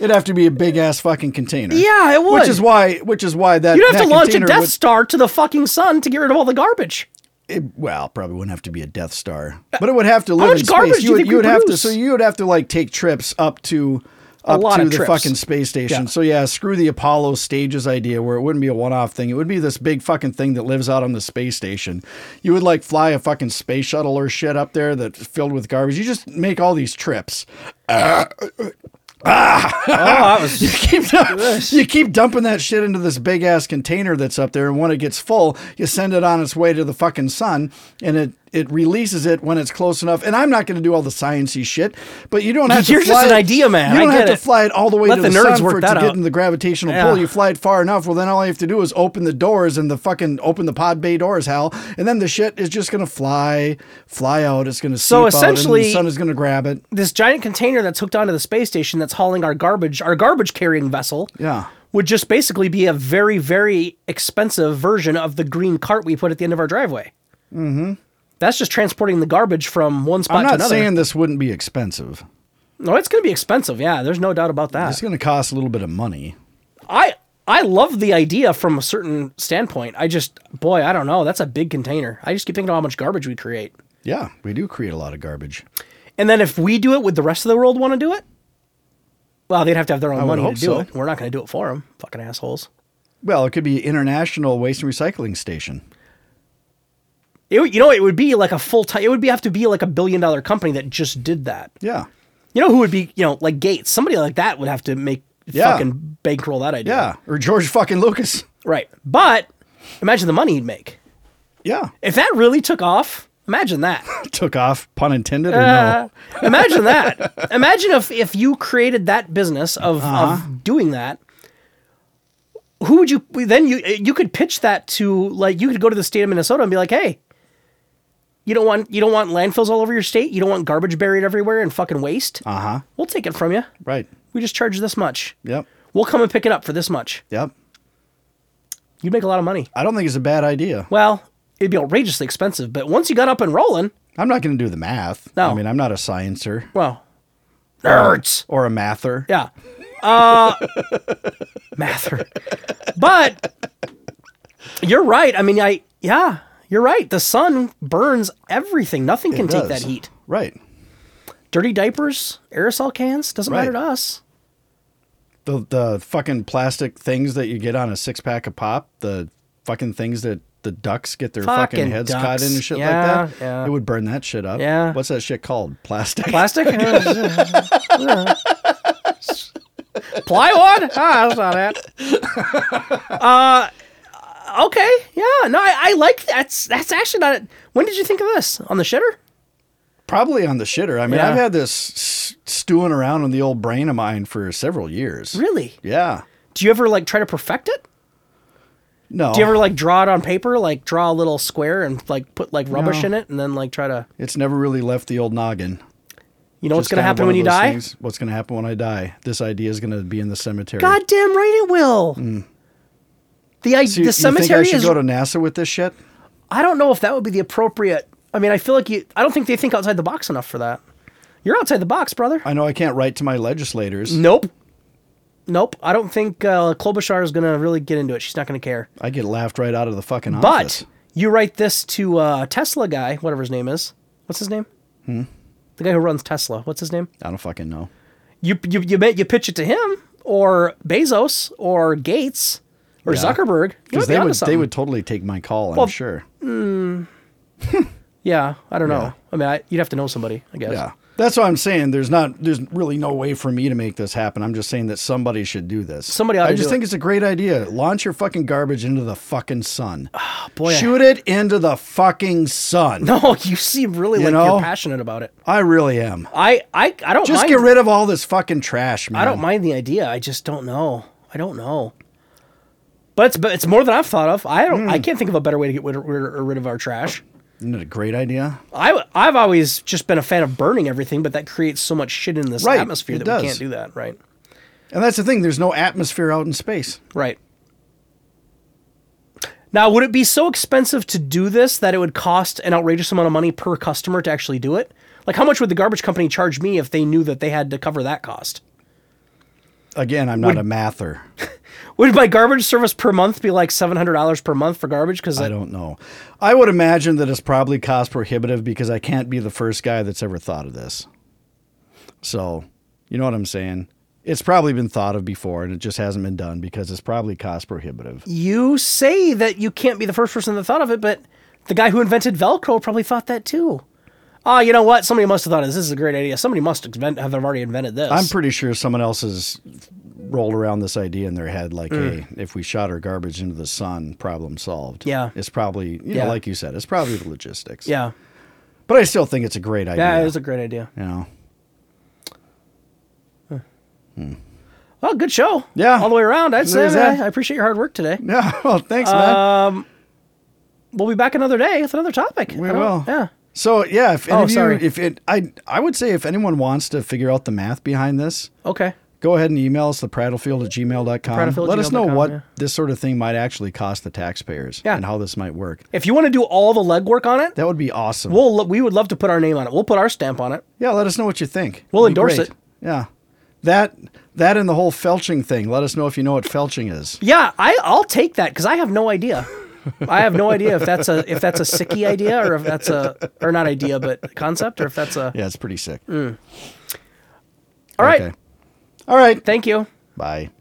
S1: It'd have to be a big ass fucking container.
S3: Yeah, it
S1: Which
S3: would.
S1: is why, which is why that
S3: You'd have
S1: that
S3: to launch a
S1: container
S3: Death
S1: would-
S3: Star to the fucking sun to get rid of all the garbage.
S1: it- well, probably wouldn't have to be a Death Star, but it would have to live
S3: Uh, much
S1: in
S3: garbage
S1: space.
S3: do you
S1: would,
S3: think we
S1: would have to,
S3: produce?
S1: so you would have to like take trips up to up
S3: lot
S1: to
S3: of
S1: the
S3: trips.
S1: fucking space station.
S3: Yeah.
S1: So yeah, screw the Apollo stages idea where it wouldn't be a one-off thing. It would be this big fucking thing that lives out on the space station. You would like fly a fucking space shuttle or shit up there that's filled with garbage. You just make all these trips.
S3: that was
S1: Keep you keep dumping that shit into this big ass container that's up there, and when it gets full, you send it on its way to the fucking sun, and it it releases it when it's close enough. And I'm not going to do all the sciencey shit, but you don't have
S3: You're
S1: to.
S3: just
S1: fly
S3: an
S1: it-
S3: idea man.
S1: You
S3: I
S1: don't have
S3: get
S1: to
S3: it.
S1: fly it all the way
S3: Let
S1: to the,
S3: the nerds
S1: sun
S3: work
S1: for it
S3: that
S1: to get
S3: out.
S1: in the gravitational
S3: Yeah.
S1: pull. You fly it far enough. Well, then all you have to do is open the doors and the fucking open the pod bay doors, Hal, and then the shit is just going to fly fly out. It's going to
S3: So
S1: the
S3: essentially-
S1: sun is going to grab it.
S3: this giant container that's hooked onto the space station that's hauling our garbage, our garbage carrying vessel.
S1: Yeah.
S3: Would just basically be a very, very expensive version of the green cart we put at the end of our driveway. Mm-hmm. That's just transporting the garbage from one spot
S1: I'm
S3: to
S1: not
S3: another.
S1: saying this wouldn't be expensive.
S3: no, it's going to be expensive. Yeah, there's no doubt about that.
S1: It's going to cost a little bit of money.
S3: I I love the idea from a certain standpoint. I just boy, I don't know. That's a big container. I just keep thinking about how much garbage we create.
S1: Yeah, we do create a lot of garbage.
S3: And then if we do it, would the rest of the world want to do it? Well, they'd have to have their own
S1: would
S3: money to
S1: hope
S3: do
S1: so.
S3: it. We're not going to do it for them. Fucking assholes.
S1: Well, it could be international waste and recycling station.
S3: It, would- you know, it would be like a full time. It would be have to be like a billion dollar company that just did that.
S1: Yeah.
S3: You know who would be? You know, like Gates. Somebody like that would have to make
S1: Yeah.
S3: fucking bankroll that idea.
S1: Yeah, or George fucking Lucas.
S3: Right. But imagine the money he'd make
S1: Yeah.
S3: if that really took off. Imagine that.
S1: Took off, pun intended or no?
S3: Uh, imagine that. Imagine if, if you created that business of, of doing that. Who would you then you you could pitch that to like you could go to the state of Minnesota and be like, hey, you don't want you don't want landfills all over your state. You don't want garbage buried everywhere and fucking waste.
S1: Uh-huh.
S3: We'll take it from you.
S1: Right.
S3: We just charge this much.
S1: Yep.
S3: We'll come and pick it up for this much.
S1: Yep.
S3: You'd make a lot of money.
S1: I don't think it's a bad idea.
S3: Well, it'd be outrageously expensive, but once you got up and rolling,
S1: I'm not going to do the math.
S3: No.
S1: I mean, I'm not a sciencer
S3: well, nerds.
S1: or a mather.
S3: Yeah. Uh, Mather. But you're right. I mean, I, yeah, you're right. The sun burns everything. Nothing can
S1: It
S3: take
S1: does.
S3: that heat.
S1: Right.
S3: Dirty diapers, aerosol cans, doesn't matter to
S1: Right.
S3: us.
S1: The the fucking plastic things that you get on a six pack of pop, the fucking things that the ducks get their fucking,
S3: Fucking
S1: heads
S3: ducks.
S1: caught in and shit
S3: Yeah,
S1: like that.
S3: yeah.
S1: It would burn that shit up.
S3: Yeah.
S1: What's that shit called? Plastic.
S3: Plastic? Plywood? Ah, that's not it. Uh, okay. Yeah. No, I, I like that's that's actually not. It. When did you think of this on the shitter?
S1: Probably on the shitter. I mean,
S3: Yeah.
S1: I've had this s- stewing around in the old brain of mine for several years.
S3: Really?
S1: Yeah.
S3: Do you ever like try to perfect it?
S1: No.
S3: Do
S1: Oh.
S3: you ever like draw it on paper? Like draw a little square and like put like rubbish
S1: No.
S3: in it and then like try to
S1: it's never really left the old noggin.
S3: you know what's
S1: It's
S3: gonna
S1: kind of
S3: happen
S1: one
S3: when
S1: of
S3: you
S1: those
S3: die?
S1: things, What's going to happen when I die? This idea is going to be in the cemetery.
S3: God damn right it will. The I,
S1: Hmm. So you,
S3: the
S1: you
S3: cemetery
S1: think I should
S3: is
S1: go to NASA with this shit?
S3: I don't know if that would be the appropriate I mean I feel like you I don't think they think outside the box enough for that. You're outside the box, brother.
S1: I know I can't write to my legislators.
S3: nope. Nope. I don't think uh, Klobuchar is gonna really get into it. She's not gonna care.
S1: I get laughed right out of the fucking office.
S3: But you write this to uh, Tesla guy, whatever his name is. What's his name? Hmm. The guy who runs Tesla. What's his name?
S1: I don't fucking know.
S3: you you you, ma- you pitch it to him or Bezos or Gates or
S1: Yeah.
S3: Zuckerberg you
S1: Because
S3: might be
S1: they
S3: onto
S1: would they
S3: something.
S1: would totally take my call. I'm sure.
S3: yeah I don't know
S1: Yeah.
S3: I mean I, you'd have to know somebody I guess
S1: Yeah. That's what I'm saying. There's not there's really no way for me to make this happen. I'm just saying that somebody should do this.
S3: Somebody ought
S1: I
S3: to
S1: just
S3: do
S1: think it's a great idea. Launch your fucking garbage into the fucking sun.
S3: Ah, boy I-
S1: Shoot it into the fucking sun.
S3: no you seem really
S1: You
S3: like
S1: know?
S3: you're passionate about it
S1: I really am.
S3: I I I don't
S1: Just
S3: mind
S1: get rid of all this fucking trash, man.
S3: I don't mind the idea I just don't know I don't know but it's but it's more than I've thought of I don't
S1: Hmm.
S3: I can't think of a better way to get rid, rid, rid of our trash
S1: Isn't it a great idea?
S3: I I've always just been a fan of burning everything but that creates so much shit in this
S1: Right,
S3: atmosphere
S1: it
S3: that
S1: does.
S3: we can't do that right
S1: And that's the thing. There's no atmosphere out in space.
S3: Right. Now, would it be so expensive to do this that it would cost an outrageous amount of money per customer to actually do it? Like, how much would the garbage company charge me if they knew that they had to cover that cost?
S1: Again, I'm not a mather.
S3: Would my garbage service per month be like seven hundred dollars per month for garbage? Because
S1: I don't know. I would imagine that it's probably cost prohibitive because I can't be the first guy that's ever thought of this. So, you know what I'm saying? It's probably been thought of before and it just hasn't been done because it's probably cost prohibitive.
S3: You say that you can't be the first person that thought of it, but the guy who invented Velcro probably thought that too. Ah, you know what? Somebody must have thought of this. This is a great idea. Somebody must invent, have already invented this.
S1: I'm pretty sure someone else has rolled around this idea in their head like,
S3: Mm.
S1: hey, if we shot our garbage into the sun, problem solved.
S3: Yeah.
S1: It's probably, you
S3: Yeah.
S1: know, like you said, it's probably the logistics.
S3: yeah.
S1: But I still think it's a great idea.
S3: Yeah, it was a great idea.
S1: you know.
S3: Well, good show.
S1: Yeah.
S3: All the way around, I'd say.
S1: There's
S3: man.
S1: that.
S3: I appreciate your hard work today.
S1: Yeah. Well, thanks,
S3: Uh,
S1: man.
S3: We'll be back another day with another topic.
S1: We
S3: I don't-
S1: will.
S3: Yeah.
S1: So yeah, if any
S3: Oh,
S1: of you,
S3: sorry.
S1: if it, I, I would say if anyone wants to figure out the math behind this,
S3: Okay.
S1: go ahead and email us the prattlefield at gmail.com.
S3: Prattlefield
S1: Let us know
S3: gmail.com,
S1: what
S3: yeah.
S1: this sort of thing might actually cost the taxpayers
S3: Yeah.
S1: and how this might work.
S3: If you want to do all the legwork on it,
S1: That would be awesome.
S3: we'll lo- we would love to put our name on it. We'll put our stamp on it.
S1: yeah, let us know what you think.
S3: We'll
S1: It'd be
S3: endorse
S1: great.
S3: it.
S1: Yeah, that that and the whole felching thing. Let us know if you know what felching is.
S3: Yeah, I I'll take that because I have no idea. I have no idea if that's a if that's a sicky idea or if that's a or not idea but concept or if that's a
S1: Yeah, it's pretty sick.
S3: Mm. all right.
S1: Okay. All right.
S3: Thank you.
S1: Bye.